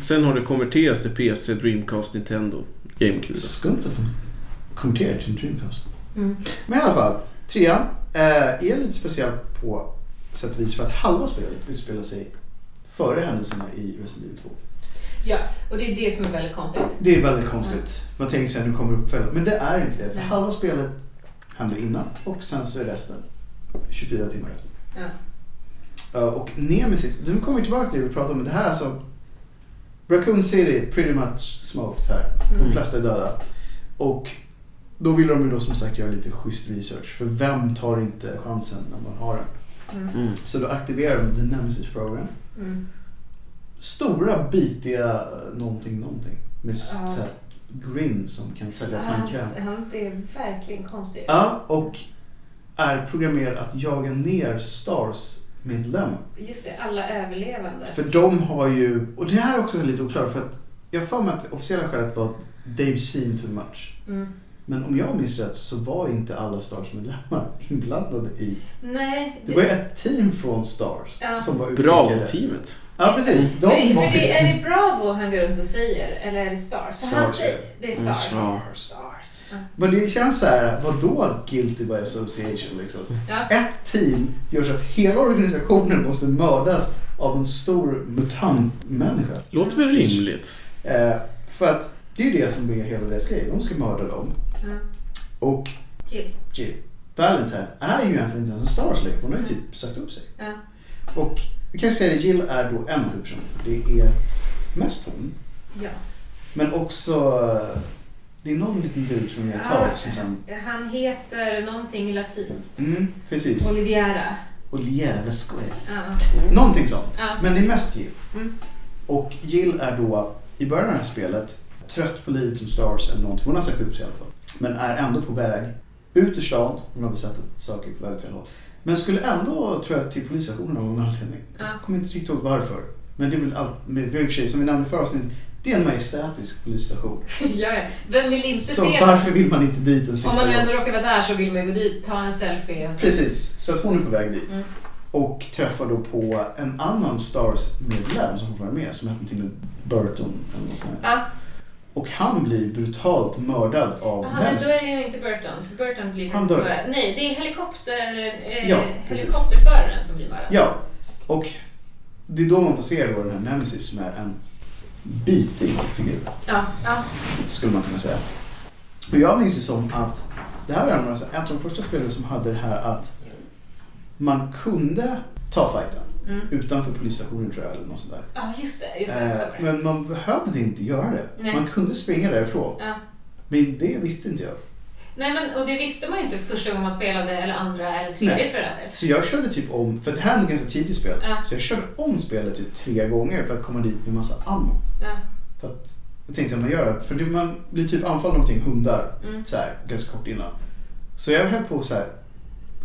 Sen har det konverterats till PC, Dreamcast, Nintendo, GameCube. då.
Skumt att de konverterade till Dreamcast.
Mm.
Men i alla fall, trean eh, är lite speciell på sätt och vis för att halva spelet utspelar sig före händelserna i Resident Evil 2.
Ja, och det är det som är väldigt konstigt.
Det är väldigt konstigt. Man tänker sig att nu kommer uppföljaren, men det är inte det. För
Nej.
halva spelet händer innan och sen så är resten 24 timmar efter.
Ja.
Eh, Och Nemesis, nu kommer vi tillbaka till det vi pratade om, men det här är alltså Raccoon City pretty much smoked här. De
Mm.
flesta är döda. Och då vill de ju då som sagt göra lite schysst research. För vem tar inte chansen när man har den?
Mm.
Mm.
Så då aktiverar de The Nemesis Program.
Mm.
Stora bitiga eh, någonting någonting. Med s-
Ja. Ah,
så här, grin som kan sälja
Han,
tandkräm.
han ser verkligen konstig ut.
Ja, och är programmerad att jaga ner Stars medlemmar.
Just det, alla överlevande.
För de har ju, och det här är också lite oklart för att jag har för mig att det officiella skälet var att they've seen too much.
Mm.
Men om jag minns rätt så var inte alla Stars medlemmar inblandade i.
Nej,
Det var ju ett team från Stars
Ja.
som var utskickade.
Bravo-teamet.
Ja precis. De
för,
var
för det, är det Bravo han går runt och säger eller är det Stars? För han
Stars,
säger, det är Stars.
Mm, stars.
stars. Ja.
Men det känns så här, vadå guilty by association liksom?
Ja.
Ett team gör så att hela organisationen måste mördas av en stor mutantmänniska.
Låter väl rimligt?
Eh, för att det är ju det som är hela deras grej. De ska mörda dem.
Ja.
Och
Jill.
Jill Valentine är ju egentligen inte ens en Star Slayer, för hon har ju typ sagt upp sig.
Ja.
Och vi kan säga att Jill är då en huvudperson. Det är mest hon.
Ja.
Men också... eh, Det är någon liten dude som är ett tag som sen...
Han heter någonting latinskt.
Mm, precis.
Oliviera.
Olievesquez.
Ja.
Någonting sånt.
Ja.
Men det är mest Jill.
Mm.
Och Jill är då, i början av det här spelet, trött på livet som Stars eller någonting. Hon har sagt upp sig i alla fall. Men är ändå på väg ut ur stan. Hon har väl sett att saker är på väg åt fel håll. Men skulle ändå, tror jag, till polisstationen av någon anledning.
Ja.
Jag kommer inte riktigt ihåg varför. Men det är väl allt, med, vi har i och för sig, som vi nämnde i förra avsnittet, det är en majestätisk polisstation.
ja, ja. Vem vill inte
så
se
varför vill man inte dit en sista
Om man nu
gång?
ändå råkar vara där så vill man ju gå dit, ta en selfie. En selfie.
Precis, så att hon är på väg dit.
Mm.
Och träffar då på en annan Stars-medlem som fortfarande är med som hette någonting med Burton eller något sånt här.
Ja.
Och han blir brutalt mördad av
Aha, men då är
Nemesis.
det ju inte Burton, för Burton blir
Han dör.
mördad. Nej, det är helikopter, eh,
Ja, precis.
helikopterföraren som blir mördad.
Ja, och det är då man får se då den här Nemesis som är en bitig figur.
Ja, ja.
skulle man kunna säga. Och jag minns det som att det här var en av de- ett av de första spelen som hade det här att man kunde ta fighten
Mm.
utanför polisstationen tror jag eller något sånt där.
ja just det. Just det jag sa
Eh,
på det.
men man behövde inte göra det.
Nej.
Man kunde springa därifrån.
Ja.
Men det visste inte jag.
Nej, men, och det visste man ju inte första gången man spelade, eller andra, eller tredje
Nej.
förräder.
Så jag körde typ om, för det här är ett ganska tidigt spel.
Ja.
Så jag körde om spelet typ tre gånger för att komma dit med massa ammo.
Ja.
För att jag tänkte att man gör det. För det, man blir typ anfallen av någonting, hundar,
Mm.
så här, ganska kort innan. Så jag höll på att så här,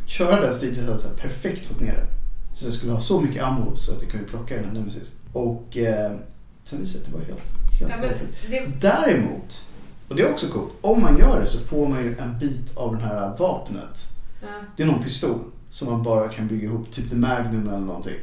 köra den stilen så att jag så här, perfekt fått ner den. Så jag skulle ha så mycket ammo så att jag kunde plocka den här Nemesis. Och eh, sen visade det sig att det var helt, helt
Ja, men
perfekt.
det,
Däremot, och det är också coolt, om man gör det så får man ju en bit av det här vapnet.
ja.
Det är någon pistol som man bara kan bygga ihop, typ The Magnum eller någonting.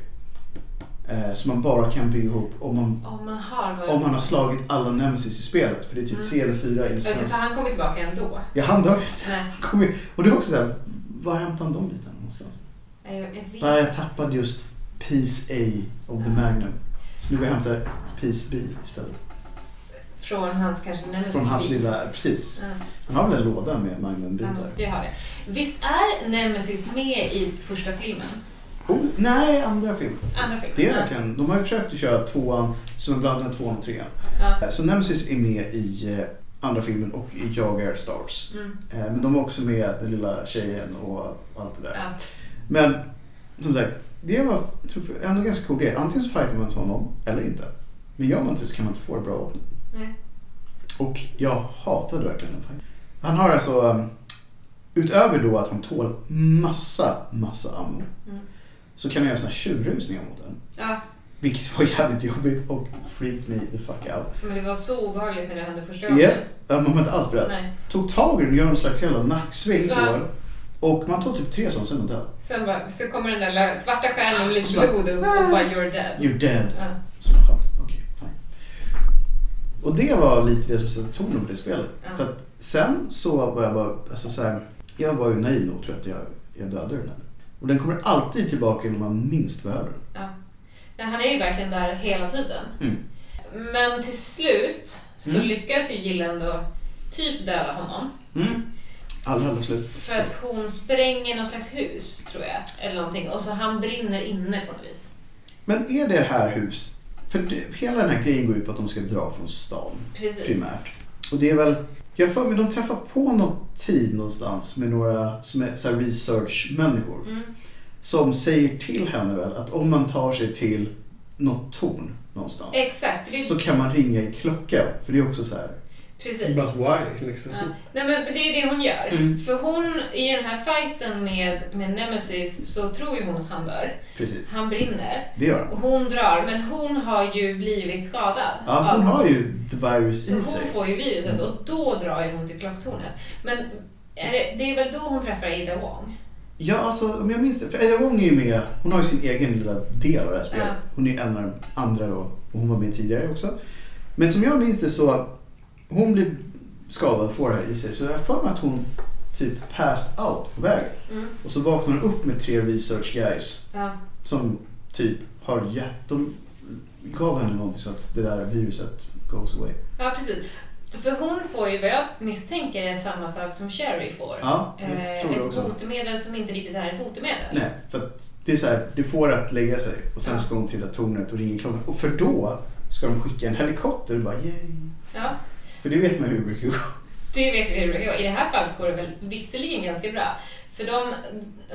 Eh, som man bara kan bygga ihop om man,
Om man har varit...
om man har slagit alla Nemesis i spelet. För det är typ
Mm.
tre eller fyra
Just det, för
instanser.
han kommer tillbaka ändå.
Ja, han dör ju.
Nej,
Han kommer ju- Och det är också såhär, var hämtade han de bitarna någonstans?
jag, jag vet.
Nej, jag tappade just Piece A of the
Ja.
Magnum. Så nu går jag och hämtar Piece B istället.
Från hans kanske nemesis.
Från hans lilla, precis.
Ja.
Han har väl en låda med
Han
Magnum-bitar?
måste ju ha det. Visst är Nemesis med i första filmen?
Oh, nej, andra film.
Andra filmen?
Det är
Ja.
verkligen, de har ju försökt att köra tvåan som en blandning av tvåan och trean.
Ja.
Eh, Så Nemesis är med i eh, andra filmen och i jagar Stars.
Mm.
Eh, Men de var också med den lilla tjejen och allt det där.
Ja.
Men som sagt, det var tror jag, ändå ganska cool grej. Antingen så fightar man mot honom eller inte. Men gör man inte det så kan man inte få det bra åt honom.
Nej.
Och jag hatade verkligen den fighten. Han har alltså, um, utöver då att han tål massa, massa ammo.
Mm.
Så kan han göra såna här tjurrusningar mot den.
ja.
Vilket var jävligt jobbigt och freaked me the fuck out.
Men det var så obehagligt när det hände första gången.
Japp, ja, man var inte alls beredd.
Nej.
Tog tag i den och gjorde en slags jävla nacksving på
Ja.
den. Och man tog typ tre sådana, sen var den död.
Sen bara, så kommer den där lilla svarta stjärnan med
Och
lite
så bara,
blod upp och så bara you're dead.
You're dead.
Ja.
Så jag bara, okej, fine. Och det var lite det som satte tonen på det spelet.
Ja.
För att sen så var jag bara, alltså så här, jag var ju naiv nog tror jag att jag, jag dödade den här. Och den kommer alltid tillbaka när man minst behöver den.
Ja. Nej, han är ju verkligen där hela tiden.
Mm.
Men till slut så
Mm.
lyckas ju Jill ändå typ döda honom.
Allra, allra slut.
Mm. För att hon spränger någon slags hus, tror jag. Eller någonting. Och så han brinner inne på något vis.
Men är det här hus, för det, hela den här grejen går ut på att de ska dra från stan
Precis.
primärt. Och det är väl, jag för mig de träffar på något team någonstans med några som är så här research-människor.
Mm.
som säger till henne väl att om man tar sig till något torn någonstans
Exakt. för Det är,
så kan man ringa i klockan. För det är också så här.
Precis.
But why, liksom?
Ja. Nej, men det är det hon gör.
Mm.
För hon, i den här fighten med, med Nemesis så tror ju hon att han dör.
Precis,
Han brinner.
det gör hon.
Och hon drar, men hon har ju blivit skadad.
Ja, hon
av-
har ju Mm. the virus
Så
i
hon
sig.
får ju viruset och då drar ju hon till klocktornet. Men är det, det är väl då hon träffar Ada Wong?
Ja, alltså om jag minns det. För Ada Wong är ju med. Hon har ju sin egen lilla del av det här spelet.
Ja.
Hon är en av de andra då. Och hon var med tidigare också. Men som jag minns det så. Hon blir skadad får det här i sig. Så jag har för mig att hon typ passed out på vägen.
Mm.
Och så vaknar hon upp med tre research guys
Ja.
som typ har gett... De gav henne någonting så att det där viruset goes away.
ja, precis. För hon får ju vad jag misstänker är samma sak som Sherry får.
Ja, jag
Eh,
tror det
ett
också.
botemedel som inte riktigt är ett botemedel.
Nej, för att det är så här, du får att lägga sig och sen ska hon till tornet och ringer klockan. Och för då ska de skicka en helikopter och bara yay.
Ja.
För det vet man hur det brukar gå.
Det vet vi hur det går. I det här fallet går det väl visserligen ganska bra. För de,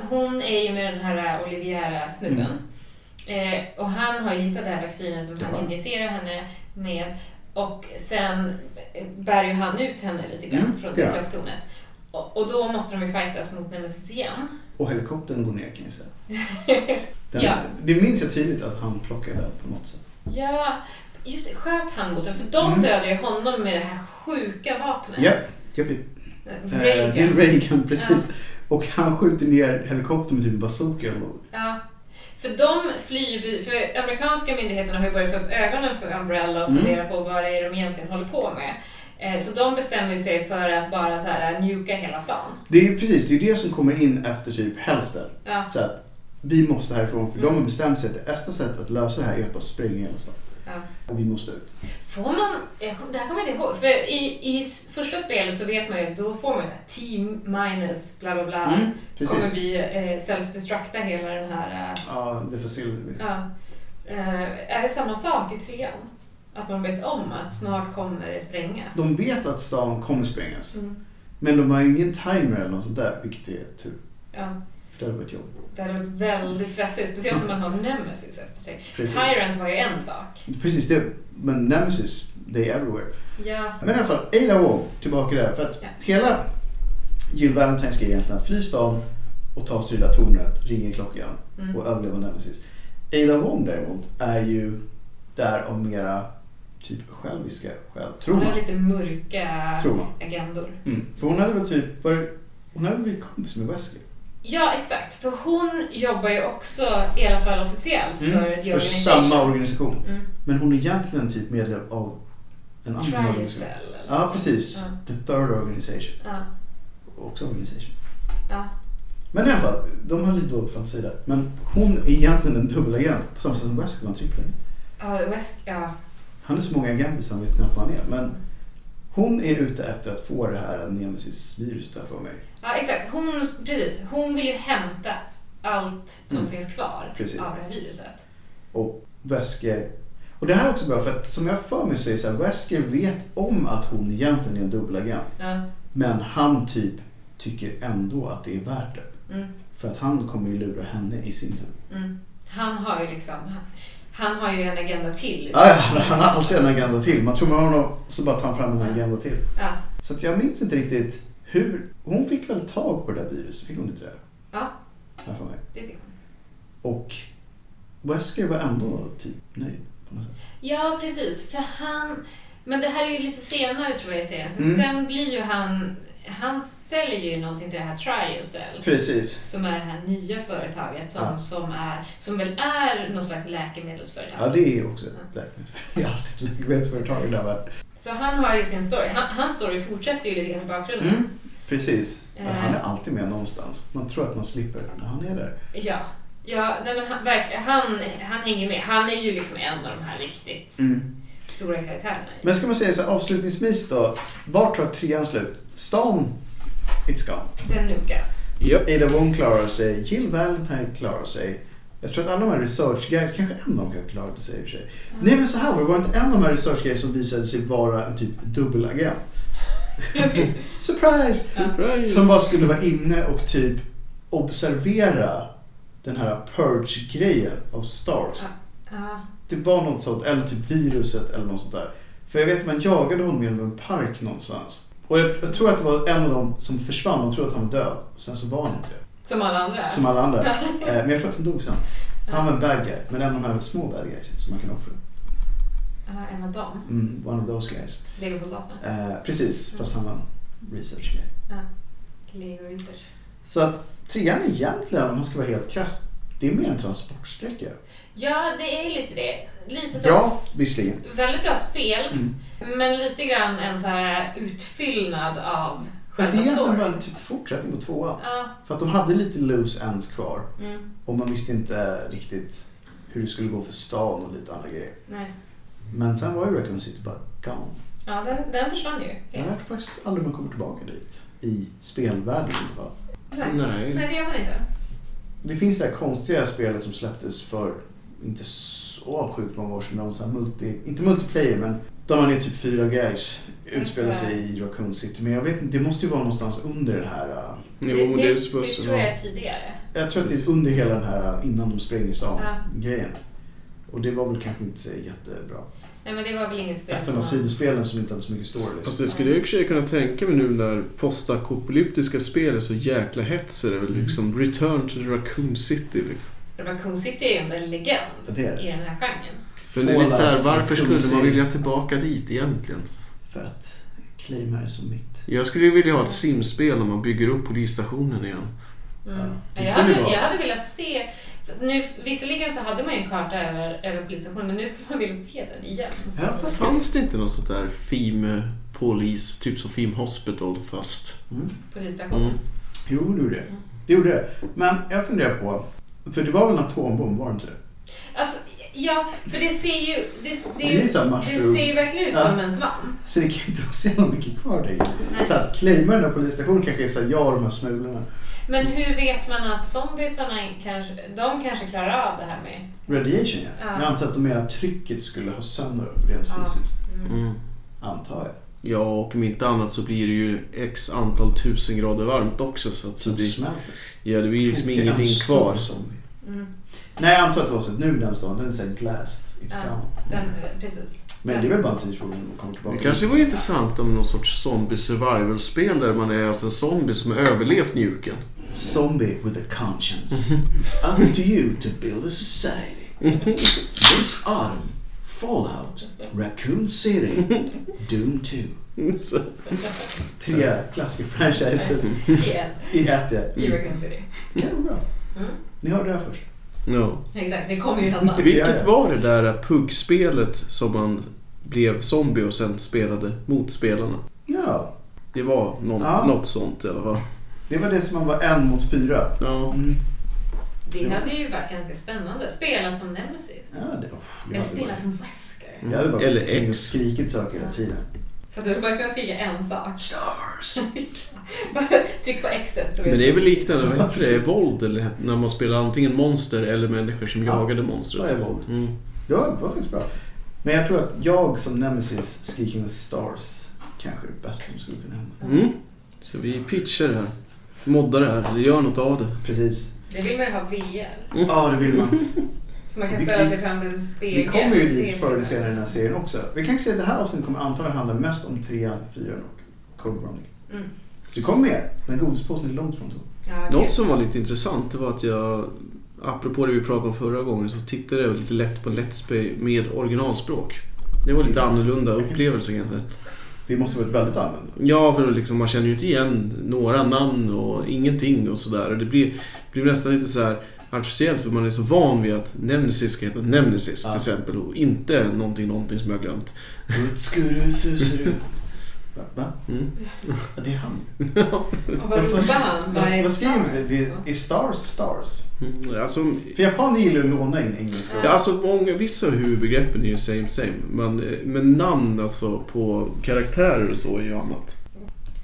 hon är ju med den här Oliviera-snubben.
Mm.
Eh, och han har ju hittat det här vaccinet som
Ja.
han injicerar henne med. Och sen eh, bär ju han ut henne lite grann
Mm,
från
det
det
gör han.
klocktornet. Och, och då måste de ju fightas mot Nemesis igen.
Och helikoptern går ner kan jag säga. Den,
Ja.
Det minns jag tydligt att han plockade den på något sätt.
Ja, just det, sköt han mot den? För de
Mm.
dödar ju honom med det här sjuka vapnet.
Japp, japp, japp.
Eh,
Eh, Det är en
Reagan.
Reagan, precis. Och han skjuter ner helikoptern med typ en bazooka. eller något.
Ja. För de flyr, för amerikanska myndigheterna har ju börjat få upp ögonen för Umbrella och
Mm.
fundera på vad det är de egentligen håller på med. Eh, Så de bestämmer ju sig för att bara så här njuka hela stan.
Det är ju precis, det är ju det som kommer in efter typ hälften.
Ja,
Så att vi måste härifrån för de har
Mm.
bestämt sig att det bästa sättet att lösa det här är att bara spränga hela stan.
ja.
Och vi måste ut.
Får man, jag kom, det här kommer jag inte ihåg, för i, i första spelet så vet man ju, då får man så här team minus bla bla bla.
Mm, precis.
kommer vi eh, self-destructa hela den här... eh,
Ja, det är facility.
Ja. Eh, Är det samma sak i trean? Att man vet om att snart kommer det sprängas?
De vet att stan kommer sprängas.
Mm,
Men de har ju ingen timer eller något sånt där, vilket är tur.
ja.
För det hade varit jobb.
Det hade varit väldigt stressigt, speciellt när man har Nemesis efter sig.
Precis.
Tyrant var ju en sak.
Precis, det, men Nemesis, they everywhere.
Ja.
Men i alla fall, Ada Wong, tillbaka där. För att
Ja.
hela Jill Valentine ska egentligen fly stan och ta sig ur det där tornet, ringer klockan
Mm.
och överleva Nemesis. Ada Wong däremot är ju där av mera typ själviska skäl, tror
Hon
man.
har lite mörka
Tror man.
agendor.
Mm. För hon hade väl typ, var, det- hon hade väl blivit kompis med Wesley?
Ja, exakt. För hon jobbar ju också, i alla fall officiellt, för The
Mm. För samma organisation.
Mm.
Men hon är egentligen typ medlem av en annan organisation.
Tricell. eller
Ja,
något
precis.
sånt.
The third organization.
Ja. Ja.
Också organisation.
Ja.
Men i alla fall, de har lite dålig fantasi där. Men hon är egentligen en dubbelagent på samma sätt som Wesker var en trippelagent.
Ja, West, ja.
Han är så många agenter så han vet knappt vad han är. Men hon är ute efter att få det här nemesis-viruset där för mig.
ja, exakt. Hon, precis. Hon vill ju hämta allt som
Mm.
finns kvar
Precis.
av det här viruset.
Wesker... Och det här är också bra för att som jag har för mig så är det så här, Wesker vet om att hon egentligen är en dubbelagent.
Ja.
Men han typ tycker ändå att det är värt det.
Mm.
För att han kommer ju lura henne i sin tur.
Mm. Han har ju liksom, han, han har ju en agenda till.
Ja, ja, han har alltid en agenda till. Man tror man har honom så bara tar han fram en agenda till.
Ja.
Så att jag minns inte riktigt hur... Hon fick väl tag på det där viruset, fick hon inte det?
Ja.
Här för mig.
det fick hon.
Och Wesker var ändå typ nöjd. På något sätt.
Ja, precis. För han... Men det här är ju lite senare tror jag i serien. För
Mm.
sen blir ju han... Han säljer ju någonting till det här Triocell.
Precis.
Som är det här nya företaget som,
Ja.
som, är, som väl är någon slags läkemedelsföretag.
Ja, det är också ett läkemedel. Det är alltid ett läkemedelsföretag i den här världen.
Så han har ju sin story. Han, hans story fortsätter ju lite grann i bakgrunden.
Mm. Precis. Men
Eh.
Han är alltid med någonstans. Man tror att man slipper när han är där.
Ja. Ja, nej men han, verkligen- han, han hänger med. Han är ju liksom en av de här riktigt stora karaktärerna.
Mm.
i-
Men ska man säga så här, avslutningsvis då. Var tar trean slut? Stan, it's gone.
Den nukas.
Yep. Ada Wong klarar sig, Jill Valentine klarar sig. Jag tror att alla de här research guys, kanske en av dem kanske klarade sig i och för sig. Nej men så här var det, var inte en av de här research guys som visade sig vara en typ dubbelagent? Surprise! Som bara skulle vara inne och typ observera den här purge-grejen av stars.
Ja.
Det var något sånt, eller typ viruset eller något sånt där. För jag vet att man jagade honom genom en park någonstans. Och jag, jag tror att det var en av dem som försvann och trodde att han var död. Och sen så var han inte det.
Som alla andra.
Som alla andra. Eh, Men jag tror att han dog sen. Han var en bad guy, men en av de här små bad guys som man kan offra.
Ja, en av dem.
Mm, one of those guys.
Legosoldaterna.
Eh, precis, fast han var en research guy.
Lego Research.
Så att trean egentligen, om man ska vara helt krass, Det är mer en transportsträcka.
Ja, det är ju lite det. Lite så
Bra, visserligen.
Väldigt bra spel,
Mm.
men lite grann en så här utfyllnad av
Men det är
själva
egentligen bara
storyn.
en typ fortsättning på tvåan.
Ja,
För att de hade lite loose ends kvar
mm,
och man visste inte riktigt hur det skulle gå för stan och lite andra grejer.
nej.
Men sen var ju Raccoon City bara gone.
Ja, den, den försvann ju.
Jag
helt.
tror faktiskt aldrig man kommer tillbaka dit. I spelvärlden i alla fall.
Nej.
Nej.
nej, det gör man inte.
Det finns det här konstiga spelet som släpptes för inte så sjukt många år sedan. någon sån här multi, inte multiplayer men där man är typ fyra guys. Utspelar sig i Raccoon City. Men jag vet inte, det måste ju vara någonstans under den här äh,
Jo, det,
det,
är
det
spössen.
tror jag är tidigare.
Jag tror att det är under hela den här innan de spränger stan
Ja.
grejen. Och det var väl kanske inte jättebra.
Nej, men det var väl inget spel
Ett av de här sidospelen som inte hade så mycket story. Liksom.
Fast det skulle jag i och för sig kunna tänka mig nu när postapokalyptiska spel är så jäkla hets. är det väl
Mm.
Liksom Return to the Raccoon City liksom.
Raccoon City är ju ändå en legend
Ja, det är det.
i den här genren.
Men det är lite såhär,
Fallout som
varför skulle man
kunskap.
vilja tillbaka dit egentligen?
För att claima det som mitt.
Jag skulle ju vilja ha ett simspel där man bygger upp polisstationen igen.
Mm.
Ja,
Jag,
det skulle
hade,
vara.
jag hade velat se... för Nu, visserligen så hade man ju en karta över, över polisstationen, men nu skulle man vilja se den igen. Så.
Ja, fast-
Fanns det inte något sånt där Theme Polis, typ som Theme Hospital fast?
Mm.
Polisstationen.
Mm.
Jo, det gjorde det.
Mm.
Det gjorde det. Men jag funderar på, för det var väl en atombomb, var det inte det?
Alltså, ja, för det ser ju... Det, det,
Det är ju
det,
samma mushroom.
ser ju verkligen ut
Ja.
som en svamp.
Så det kan ju inte vara så jävla mycket kvar där
Nej.
Så att claima den där polisstationen kanske är såhär, ja de här smulorna.
Men hur vet man att zombisarna kanske... De kanske klarar av det här med...
Radiation ja.
Ja.
Men jag antar att de menar att trycket skulle ha sönder dem rent
Ja.
fysiskt.
Mm.
Mm.
Antar jag.
Ja, och om inte annat så blir det ju x antal tusen grader varmt också. Så att
Som
det,
smälter.
ja, det blir ju liksom
Det är en
ingenting
stor
kvar.
zombie.
Mm.
Nej, jag antar att det var så att nu den stan, den är såhär glassed. It's
Ja.
gone.
Den, precis.
Men det är väl bara en tidsfråga när man kommer tillbaka.
Det kanske var intressant om någon sorts zombie survival-spel där man är alltså en zombie som har överlevt njuken.
Zombie with a conscience. It's up to you to build a society. This autumn, Fallout, Raccoon City, Doom 2.
Så,
Tre klassiska franchises
Yeah.
i ett. ja. Mm.
I Raccoon City.
Kan vara bra.
Mm.
Ni hörde det här först.
no.
Exakt, det kommer ju hända.
Vilket var det där puggspelet som man blev zombie och sen spelade mot spelarna?
Ja,
Det var någon,
Ja.
något sånt i alla fall.
det var det som man var en mot fyra.
Ja.
Mm.
Det hade ju varit ganska spännande. Spela som Nemesis.
Ja, det, oh, jag
Eller
hade
spela
bara,
som Wesker.
jag hade bara
Mm. Eller
gått omkring och
X.
skrikit saker hela tiden.
Fast du hade bara kunnat skrika en sak.
Stars!
Bara Tryck på exet. så vet
Men det
du.
är väl liknande, vad heter det, våld eller när man spelar antingen monster eller människor som
Ja,
jagade monstret.
det är våld.
Mm.
Ja, det var faktiskt bra. Men jag tror att jag som Nemesis, Skrikande Stars, kanske är det bästa som skulle kunna hända.
Mm. Så vi pitchar det här. Moddar det här, eller gör något av det.
Precis.
Det vill man ju ha VR.
Mm.
Ja, det vill man.
Så man kan
Vi-
ställa
vi-
sig framför en spegel.
Vi kommer ju
och se
dit förr eller
sig
senare i den här serien också. Vi kan se att det här avsnittet kommer antagligen handla mest om trean, fyran och Cold Veronica.
Mm.
Så det kommer mer. Men godispåsen är långt från tom.
Ja, gud.
Något som var lite intressant det var att jag, apropå det vi pratade om förra gången, så tittade jag lite lätt på Let's Play med originalspråk. Det var lite annorlunda upplevelse kanske.
Det måste varit väldigt annorlunda.
Ja, för liksom, man känner ju inte igen några namn och ingenting och sådär. Och Det blir, blir nästan lite så här artificiellt för man är så van vid att Nemesis ska heta Nemesis
Ja.
till exempel och inte någonting, någonting som jag har glömt.
Utskuru, susuru. Va? Va?
Mm.
Ja, det är han.
Och
Vad,
vad
vad,
fan, vad
vad,
är
vad skriver
stars?
man? Är Stars Stars?
Mm, Alltså,
För japaner gillar ju att låna in engelska.
Ja, alltså många, vissa av huvudbegreppen är ju same same. Men, eh, men namn alltså på karaktärer och så är ju annat.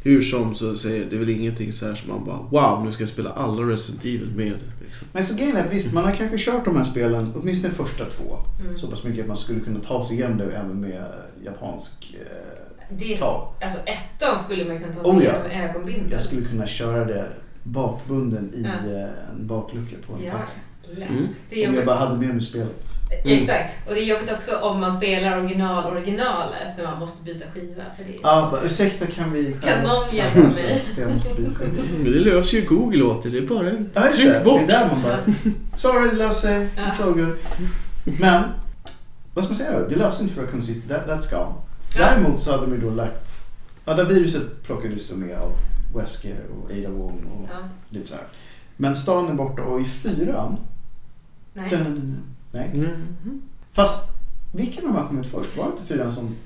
Hur som så säger jag, det är väl ingenting så här som man bara wow nu ska jag spela alla Resident Evil med. Liksom.
Men så grejen är att visst, man har kanske kört de här spelen, åtminstone första två,
Mm.
så pass mycket att man skulle kunna ta sig igenom det även med eh, japansk eh,
Det är så,
tal.
alltså ettan skulle man kunna ta
Oh,
sig
ja.
igenom med ögonbindeln.
Jag skulle kunna köra det bakbunden i
Ja.
eh, en baklucka på en
Ja,
taxi.
Mm.
lätt. Det är
Om jag
jobbigt. Eh,
bara hade med mig spelet.
Mm.
Exakt. Och det är jobbigt också om man spelar original originalet när man måste byta skiva. För det är
Ja, bara, ursäkta kan vi
Kan någon
oss?"
hjälpa mig?
För Jag måste byta själv.
Men det löser ju Google åt det. Det är bara en
Ja, just det.
tryck
Det
bort.
är där man bara, sorry Lasse,
Ja.
it's all good. Men, vad ska man säga då? Det löste inte för Raccoon City, That, that's gone.
Ja.
Däremot så hade de ju då lagt, ja där viruset plockades då med av Wesker och Ada Wong och
Ja.
lite så här. Men stan är borta och i fyran
Nej.
Dun-dun-dun. Nej.
Mm.
Fast vilken av de här kom ut först? Var det inte fyran som...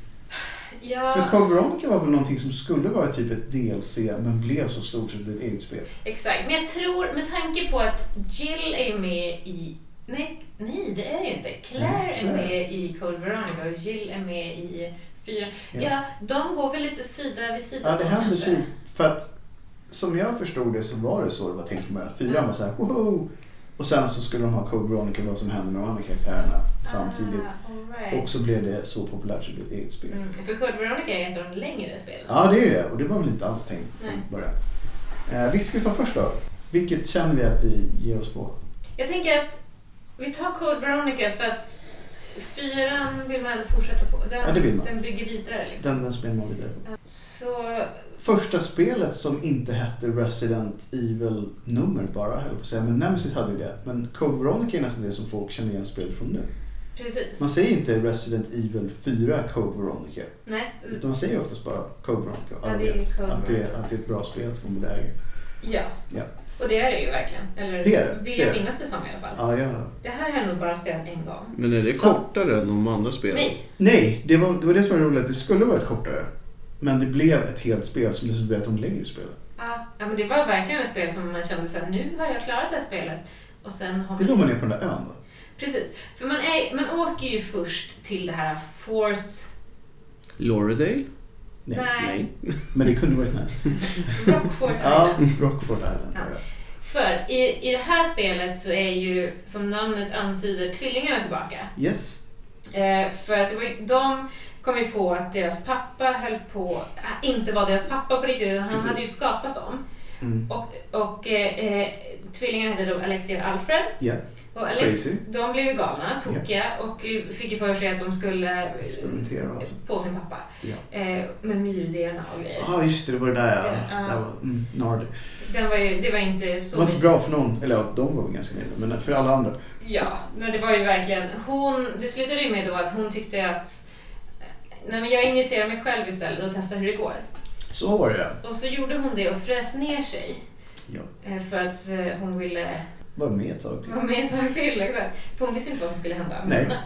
För
Ja,
Code Veronica var väl någonting som skulle vara typ ett DLC men blev så stort så det blev ett eget spel.
exakt. Men jag tror, med tanke på att Jill är med i... Nej, nej det är det ju inte. Claire
Mm, Claire.
är med i Cold Veronica och Jill är med i Fyra.
Ja.
Ja, de går väl lite sida vid sida
Ja, det
då
hände
kanske.
typ. För att som jag förstod det så var det så det var tänkt med att fyran var såhär woho! Och sen så skulle de ha Code Veronica vad som hände med de andra karaktärerna samtidigt.
Ah, all right.
Och så blev det så populärt så det blev ett eget spel.
Mm, för Cold Veronica är ett av de längre spelen.
Ja, det är ju det. Och det var väl inte alls tänkt
Nej.
från början. Eh, vilket ska vi ta först då? Vilket känner vi att vi ger oss på?
Jag tänker att vi tar Cold Veronica för att fyran vill man ändå fortsätta på. Den,
Ja, det vill man.
den bygger vidare liksom.
Den, den spelar man vidare på.
Så,
Första spelet som inte hette Resident Evil nummer bara, höll jag på att säga. Men Nemesis hade ju det. Men Code Veronica är nästan det som folk känner igen spelet från nu.
precis.
Man säger inte Resident Evil 4 Code Veronica.
Nej,
Utan man säger oftast bara Code Veronica.
Ja,
alla
det är
vet
Code
att, det, att det är ett bra spel som det äger.
ja.
Ja.
Och det är det ju verkligen. Eller
Det är det,
vill
det är
jag
det.
minnas det som i alla fall.
Ja, ja.
Det här har jag nog bara spelat en gång.
Men är det
Så-
kortare än de andra spelen?
Nej,
Nej, det var, det var det som var roligt. Det skulle varit kortare. Men det blev ett helt spel som dessutom blev ett av de längre spelen.
ja, Ah, ja, men det var verkligen ett spel som man kände såhär, nu har jag klarat det här spelet. Och sen har
Det är
man...
då man är på den där ön va?
Precis, för man, är, man åker ju först till det här Fort...
Loredale?
Nej.
Nej.
Men det kunde varit nice.
Rockfort
Ja,
Island.
Rockford Island.
Ja. För i, i det här spelet så är ju, som namnet antyder, tvillingarna tillbaka.
Yes.
Eh, för att det var, ju- de kom ju på att deras pappa höll på, inte var deras pappa på riktigt, utan han
Precis.
hade ju skapat dem.
Mm.
Och, och eh, eh, tvillingarna hette då Alexia och Alfred.
Ja.
Och Alex,
Crazy.
de blev ju galna, tokiga och eh, fick ju för sig att de skulle eh,
Experimentera och så.
på sin pappa.
Ja.
Eh, med myrdena och grejer.
Ja, ah, just det. Det var det där
Det-
ja.
ja.
Där var, mm, Nardi.
Den var ju, det var inte
Det
så
var inte
mysigt.
bra för någon. Eller ja, de var väl ganska nöjda. Men för alla andra.
Ja, men det var ju verkligen... Hon, det slutade ju med då att hon tyckte att Nej, men jag injicerar mig själv istället och testar hur det går.
Så var det ja.
Och så gjorde hon det och frös ner sig
Ja.
eh, för att eh, hon ville
Var med ett tag till.
vara med ett tag till. Liksom. För hon visste inte vad som skulle hända.
Nej.
Men,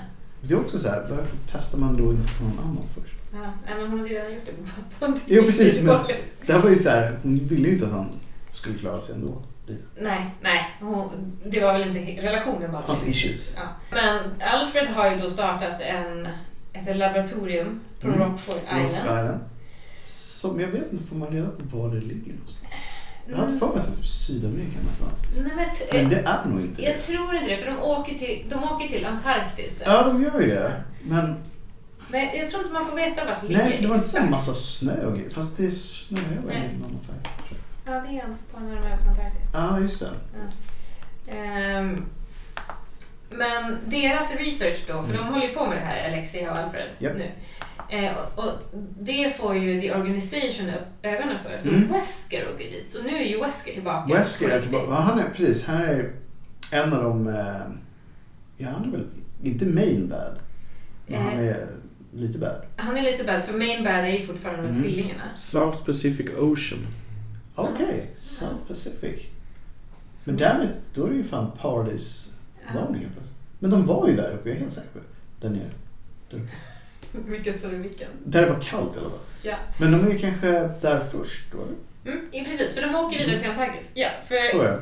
Det är också så här, varför testar man då inte på någon annan först?
ja, nej, men hon hade ju redan gjort det på pappan.
Jo, precis, men-
Dåligt.
Det här var ju så här, hon ville ju inte att han skulle klara sig ändå. Det
Nej, nej. Hon, det var väl inte relationen bara.
fanns issues.
Ja. Men Alfred har ju då startat en, ett laboratorium på
Mm.
Rockford
Rock
Island.
Island. Som jag vet inte, får man reda på var det ligger någonstans? Jag hade
Mm.
för mig att det var typ Sydamerika någonstans.
Nej, men t-
Men det är nog inte
Jag
det.
tror inte det, för de åker till, de åker till Antarktis.
Ja, de gör ju det. Men
Men jag tror inte man får veta vart det ligger.
nej, för det var inte en
exakt.
massa snö och grejer. Fast det snöar väl
Nej.
i någon annan färg.
Ja, det är en på närmare på Antarktis.
Ja, ah, just det.
Ehm, men deras research då, för
Mm.
de håller ju på med det här, Alexia och Alfred,
Japp.
nu. Eh, och, och det får ju The Organization upp ögonen för. Så
Mm.
Wesker åker dit. Så nu är ju Wesker tillbaka.
Wesker är tillbaka. Ja, han är precis. Han är en av de... eh, Ja, han är väl inte main bad. Men han
Eh.
är lite bad.
Han är lite bad, för main bad är ju fortfarande de
Mm.
tvillingarna.
South Pacific Ocean.
Okej, South Pacific. Men därmed, då är det ju fan paradis
Ja.
varning helt plötsligt. Men de var ju där uppe, jag är helt säker på det. Där nere.
Vilken som är vilken.
Där det var kallt i alla fall.
Ja.
Men de är ju kanske där först då, eller?
Mm, ja, precis, för de åker vidare till Antarktis. Ja,
Så
för,
är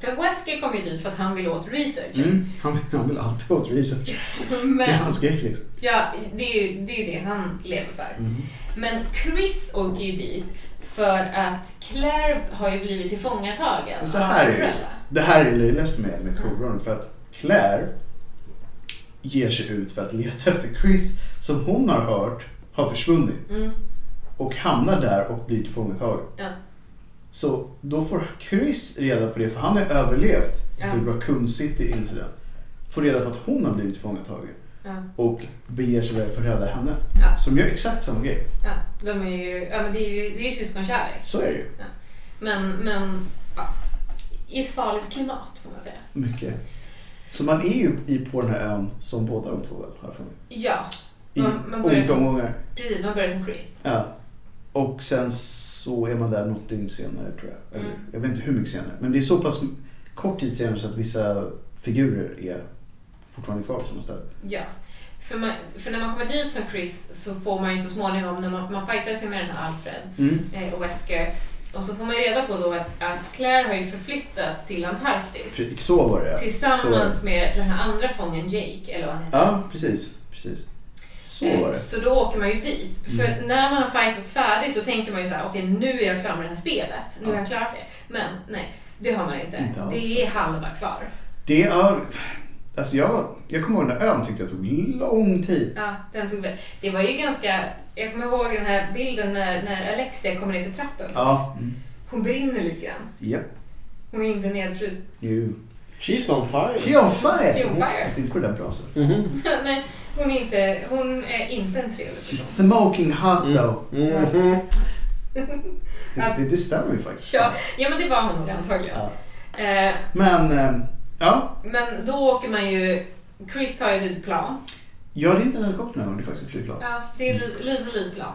för Wesker kom ju dit för att han vill åt research.
det. Mm. Han, han vill alltid åt research. Det är
Men,
hans grej liksom.
ja, det är ju det, är ju det han lever för.
Mm.
Men Chris åker ju dit för att Claire har ju blivit tillfångatagen
Men så här är
av
det.
Umbrella.
Det här är det löjligaste med, med Cobrone för att Claire ger sig ut för att leta efter Chris som hon har hört har försvunnit
Mm,
och hamnar där och blir tillfångatagen.
ja.
Så då får Chris reda på det, för han har överlevt
Ja.
The Raccoon City incident. Får reda på att hon har blivit tillfångatagen
Ja,
och beger sig iväg för att rädda henne.
Ja.
Som gör exakt samma grej.
ja, de är ju, ja men det är ju, det är ju syskonkärlek.
Så är det ju.
Men, men ja, i ett farligt klimat får man säga.
Mycket. Så man är ju i- på den här ön som båda de två väl, har jag för mig.
Ja,
I
Man- man börjar
olika
som-
omgångar.
precis. Man börjar som Chris.
Ja. Och sen så är man där något dygn senare tror jag. Eller,
Mm.
Jag vet inte hur mycket senare. Men det är så pass kort tid senare så att vissa figurer är fortfarande kvar på samma ställe.
Ja. För, man, för när man kommer dit som Chris så får man ju så småningom, när man, man fightar sig med den här Alfred
Mm.
eh, och Wesker, och så får man ju reda på då att, att Claire har ju förflyttats till Antarktis.
Precis, Så var det
Tillsammans
Så.
med den här andra fången Jake, eller vad han heter.
Ja, precis. precis. Så
Eh,
var det.
så då åker man ju dit.
Mm.
För när man har fightats färdigt då tänker man ju så här: okej nu är jag klar med det här spelet. Nu har jag klarat det. Men nej, det har man inte.
Inte alls.
det är halva kvar.
Det är... Alltså jag, jag kommer ihåg den där ön tyckte jag tog lång tid.
Ja, den tog väl. Det var ju ganska... Jag kommer ihåg den här bilden när, när Alexia kommer ner för trappen.
Ja.
Hon brinner lite grann.
Japp.
Hon är inte nedfryst.
Jo.
She's on fire.
She on fire!
She on fire.
Fast inte på det där brasan.
Mhm.
nej, hon är inte, hon är inte en trevlig person.
Smoking hot though.
Mhm.
Det, det, det stämmer ju faktiskt.
Ja, ja, men det var hon nog antagligen.
Ja.
Eh,
Men, ehm, ja.
men då åker man ju... Chris tar ju ett litet plan.
Ja, det är inte en helikopter nu, det är faktiskt ett flygplan.
Ja, det är li- lite litet plan.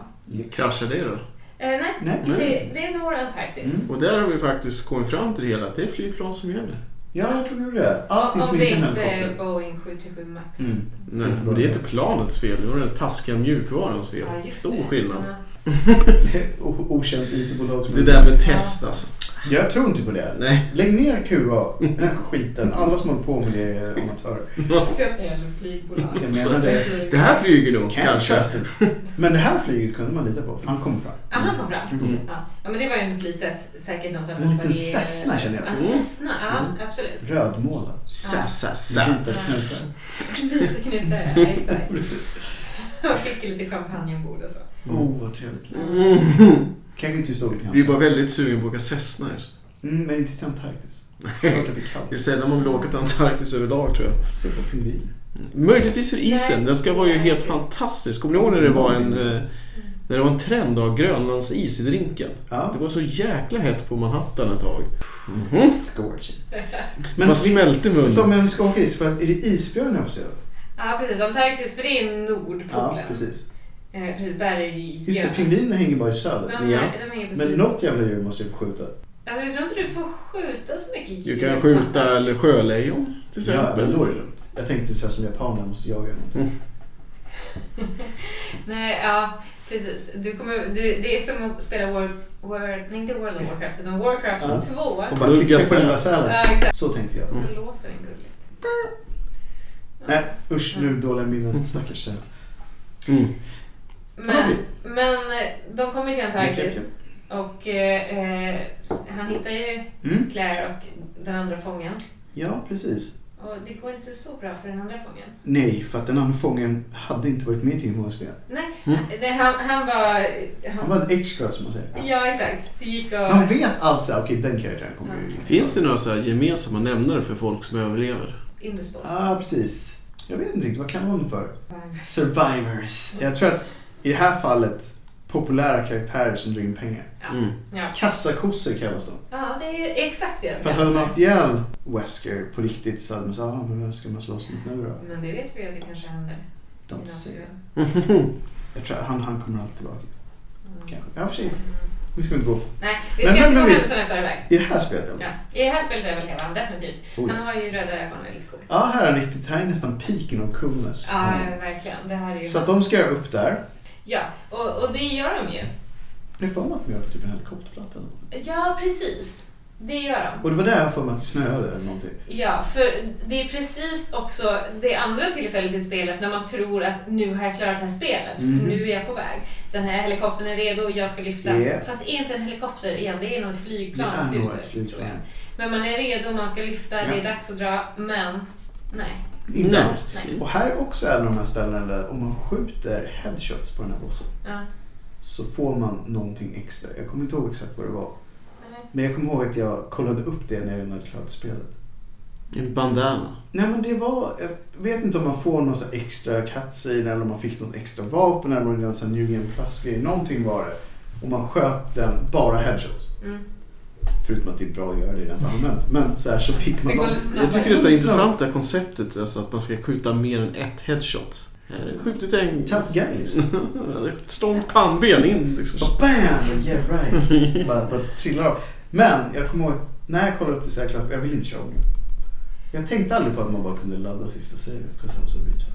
Kraschar det då?
Eh, nej,
Nej.
det, det når Antarktis.
Mm.
Och där har vi faktiskt kommit fram till det hela, att det är flygplan som gäller.
Ja, jag tror det. är det. Allting
Om
som
det
inte är en
inte är
helikopter.
Boeing 737 Max.
Mm.
Nej,
Inte bra.
och det är inte planets fel, det var den taskiga mjukvarans fel.
Ja, just
Stor
det.
skillnad.
Ja.
O- Okänt IT-bolag som
Det där med test alltså.
Jag tror inte på det.
Nej.
Lägg ner QA, den här skiten. Alla som håller på med det är amatörer.
Så jag gäller flygbolag.
Jag menar det.
Det här flyger nog kanske.
Kanske. Men det här flyget kunde man lita på, för han kom fram.
Ja, han kom fram.
Mm.
Ja. ja, men det var ju något litet. Säkert någon sån här
Mm. En liten
Volkswagen-
Cessna Mm. känner
Ja,
jag.
en Cessna. Ja, absolut.
Rödmålad.
Sa, sa, sa.
Vita knutar.
Lite knutar. ja, exakt. Och fick lite champagne ombord och så.
Mm.
Oh, vad trevligt.
Mhm.
Kanske inte just åka till
Vi är
Antarktis.
bara väldigt sugen på att åka Cessna just.
Mm, men inte till Antarktis. Det är klart att det är
Det är
kallt.
sällan man vill åka till Antarktis överlag tror jag.
Se på pingviner.
Möjligtvis för isen,
Nej.
den ska vara ju helt
Nej.
fantastisk. Kommer ni ihåg när det var en, eh,
Mm.
när det var en trend av Grönlands is i drinken? Det
Ja,
var så jäkla hett på Manhattan ett tag. Mhm.
gorge.
Men
Men
Vad smälte i
vi,
munnen.
som en skakis, fast är det isbjörn jag får se?
Ja, precis. Antarktis, för det är ju Nordpolen.
Ja, precis.
Eh, precis, där är det ju
Just det,
isbjörnar.
pingviner hänger bara i söder.
De, ja. de hänger på
Men
sidan.
något jävla djur måste jag få skjuta.
Alltså, jag tror inte du får skjuta så mycket djur.
Du kan skjuta eller sjölejon till
Ja, men
exempel.
då är det lugnt. Jag tänkte så här som japaner måste jaga någonting.
Nej, ja, precis. Du kommer, du, det är som att spela World, World, nej, inte World of Warcraft, utan Warcraft
Ja.
2.
Och bara
Plugga
klicka på
säl.
den Mm. där sälen.
Ja, exakt.
Så tänkte jag.
Så låter den gulligt.
Nej, usch nu dåliga minnen. Stackars säl.
Mm.
Men,
Okej.
men eh, de kommer till
Okej,
Antarktis och eh, eh, s- han hittar ju
Mm.
Claire och den andra fången.
Ja, precis.
Och det går inte så bra för den andra fången.
Nej, för att den andra fången hade inte varit med i Team HSB.
Eh, Nej,
Mm.
det, han, han var...
Han
Han,
var en extra som man säger.
ja, exakt. Det gick
Man
att...
vet allt såhär, okej den karaktären kommer ju...
Finns det några så här gemensamma nämnare för folk som överlever?
Indespås.
Ja, ah, precis. Jag vet inte riktigt, vad kallar man dem för? Survivors. Jag tror att i det här fallet populära karaktärer som drar in pengar.
Ja.
Mm.
Ja.
Kassakossor kallas de.
ja, det är exakt det de
För
kallar
hade man
sig.
haft ihjäl Wesker på riktigt så hade man sagt, ah, men vem ska man slåss mot nu då?
Men det vet vi ju att det kanske händer.
De
i
ser.
framtiden.
Jag tror att han, han kommer alltid tillbaka.
Mm.
Kanske. Ja, för sig.
Mm.
Vi ska inte gå...
Nej, vi
Men-
ska
men-
inte
men
gå
visst.
händelserna i förväg.
I det här spelet i alla
Ja.
fall.
I det här spelet överlever han definitivt.
Oj.
Han har ju röda ögon och är lite cool.
Ja, här är han riktigt. Här är nästan piken av coolness.
Ja, verkligen. Det här är ju
Mm. Så att de
hans-
ska göra upp där.
Ja, och, och det gör de ju.
Jag får mig att de gör typ en helikopterplatta eller något.
Ja, precis. Det gör de.
Och det var där jag får mig att det snöade eller någonting.
Ja, för det är precis också det andra tillfället i spelet när man tror att nu har jag klarat det här spelet,
Mhm.
för nu är jag på väg. Den här helikoptern är redo, jag ska lyfta.
Yep.
Fast det är inte en helikopter igen, det är nog ett flygplan
Det är
i
nog ett
slutet, tror jag. Men man är redo, man ska lyfta, det
Ja.
är dags att dra, men nej.
Inte
Nej.
alls.
nej.
Och här är också en av de här ställena där om man skjuter headshots på den här bossen
Ja,
så får man någonting extra. Jag kommer inte ihåg exakt vad det var.
nej.
Men jag kommer ihåg att jag kollade upp det när jag hade klarat spelet.
En bandana.
Nej men det var, jag vet inte om man får någon sån här extra cutscene eller om man fick något extra vapen eller om det var en sån här New Game Plus grej. Någonting var det. Och man sköt den bara headshots.
Mm.
Förutom att det är bra att göra det redan allmänt. Men så här så fick man...
Det går
någon-
lite snabbare.
Jag tycker det är så här intressant det här konceptet, alltså att man ska skjuta mer än ett Eh, headshot. Här har jag Skjutit en...
Tough guy liksom.
Ett stånd pannben in liksom.
Bara bam! Yeah right! bara, bara trillar av. Men jag kommer ihåg att när jag kollade upp det så här klart, jag vill inte köra om. Jag tänkte aldrig på att man bara kunde ladda sista savet. 'cause I was a retard.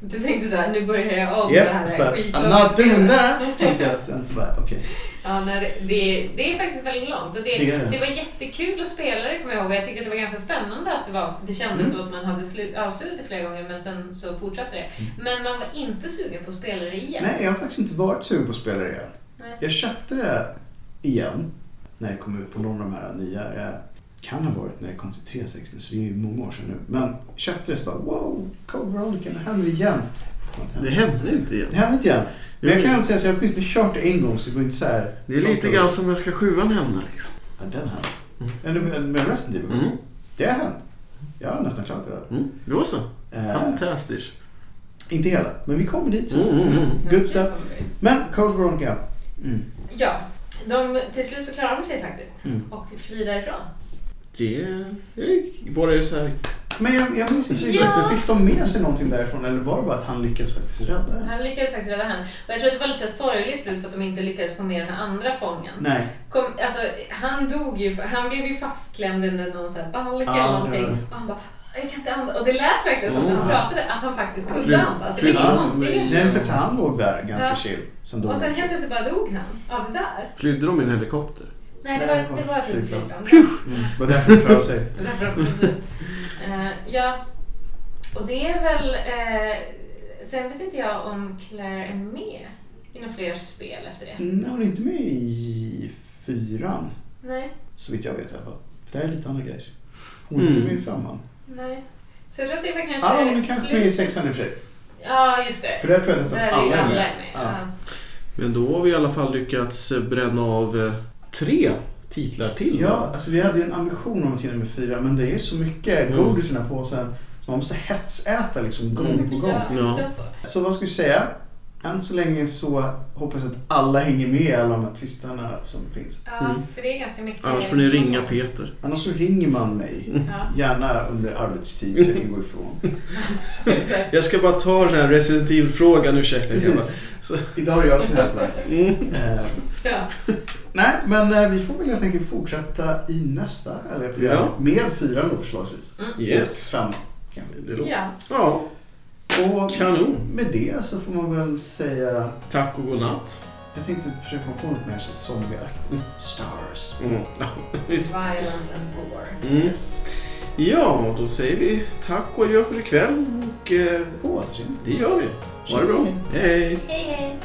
Du tänkte såhär, nu börjar jag av med det
Japp,
här
så bara, I'm
skitlånga
not doing
spelet.
that! Tänkte jag. Sen så bara, okej.
Ja, nej, det- det, det är faktiskt väldigt långt. Och det,
Det är det.
det. var jättekul att spela det kommer jag ihåg. Jag tyckte att det var ganska spännande att det, var, det kändes
Mm.
som att man hade slu, avslutat det flera gånger men sen så fortsatte det. Men man var inte sugen på att spela det igen.
Mm. Nej, jag har faktiskt inte varit sugen på att spela det igen.
Nej.
Jag köpte det igen när det kom ut på någon av de här nya. Jag kan ha varit när det kom till 360, så det är ju många år sedan nu. Men köpte det så bara wow, Code Veronica, det händer igen.
Det hände inte igen.
Det händer inte igen. Men jag
Jo.
kan inte säga så jag har åtminstone kört det en gång så det går inte så här.
Det är lite grann som Mänskliga Sjuan hände liksom.
Ja, den hände.
Mm.
Eller med, med Resident Evil.
Mm.
typ. Det har hänt. Jag har nästan klarat det. där.
Mm. Det var så.
Eh,
Fantastiskt.
inte hela, men vi kommer dit sen.
Mm, mm, mm.
Good stuff. Men Code Veronica. Mm.
Ja, de, till slut så klarar de sig faktiskt
Mm.
och flyr därifrån.
Det var det så här.
Men jag, jag minns inte
Ja.
riktigt. Fick de med sig någonting därifrån eller var det bara att han lyckas faktiskt rädda henne?
Han lyckades faktiskt rädda henne. Och jag tror att det var lite så här sorgligt slut för att de inte lyckades få med den här andra fången.
Nej.
Kom, alltså, han dog ju, han blev ju fastklämd under någon sån här balk
Ja, Oh.
eller
det var
någonting.
det.
Och han bara, jag kan inte andas. Och det lät verkligen som när han
Mm.
pratade att han faktiskt kunde
Fly-
andas. Det var inga
flytta.
konstigheter.
Nej, för så han låg där ganska
Ja.
chill. Sen dog
Och sen
han.
helt plötsligt bara dog han av det där.
Flydde de i en helikopter?
Nej, det
Nej,
var, det var ett litet flygplan.
Mm, det var därför det rörde sig.
Det var förhoppningsvis. Eh, ja, och det är väl... eh, sen vet inte jag om Claire är med i några fler spel efter det.
Nej, hon är inte med i fyran.
Nej,
Så vitt jag vet i alla fall. För det här är lite andra guys. Hon är inte
Mm.
med i femman.
nej. Så jag tror att det var kanske...
Ja, hon är kanske med i
slut-
sexan i och för sig.
Ja, just det.
För där tror jag nästan
Där är ju
alla är
alla
med.
med.
Ja.
Ja.
Men då har vi i alla fall lyckats bränna av eh, tre titlar till.
Ja, alltså vi hade ju en ambition om att hinna med fyra. Men det är så mycket
Mm.
godis i den här påsen. Så man måste hetsäta liksom gång
Mm.
på gång.
Ja.
det känns så.
Så vad ska vi säga? Än så länge så hoppas jag att alla hänger med i alla de här twistarna som finns.
Ja,
Mm.
för det är ganska mycket.
Annars får ni ringa Peter.
Annars så ringer man mig.
Ja,
Gärna under arbetstid så jag kan gå ifrån.
exakt.
Jag ska bara ta den här Resident Evil-frågan, ursäkta. Så-
Idag är det jag som hävlar.
Mm.
Eh,
ja.
nej, men eh, vi får väl helt enkelt fortsätta i nästa eller program.
Ja.
Med fyra då förslagsvis.
Yes.
Fem.
Det låter-
ja.
Ja,
Och
kanon.
med det så får man väl säga...
Tack och godnatt.
Jag tänkte försöka komma på något mer så zombieaktigt. Stars.
Mm. Visst.
Violence and gore.
Mm. Ja, då säger vi tack och adjö för ikväll. Och eh,
På återseende.
det gör vi. Ha det bra. Hej.
Hej, hej.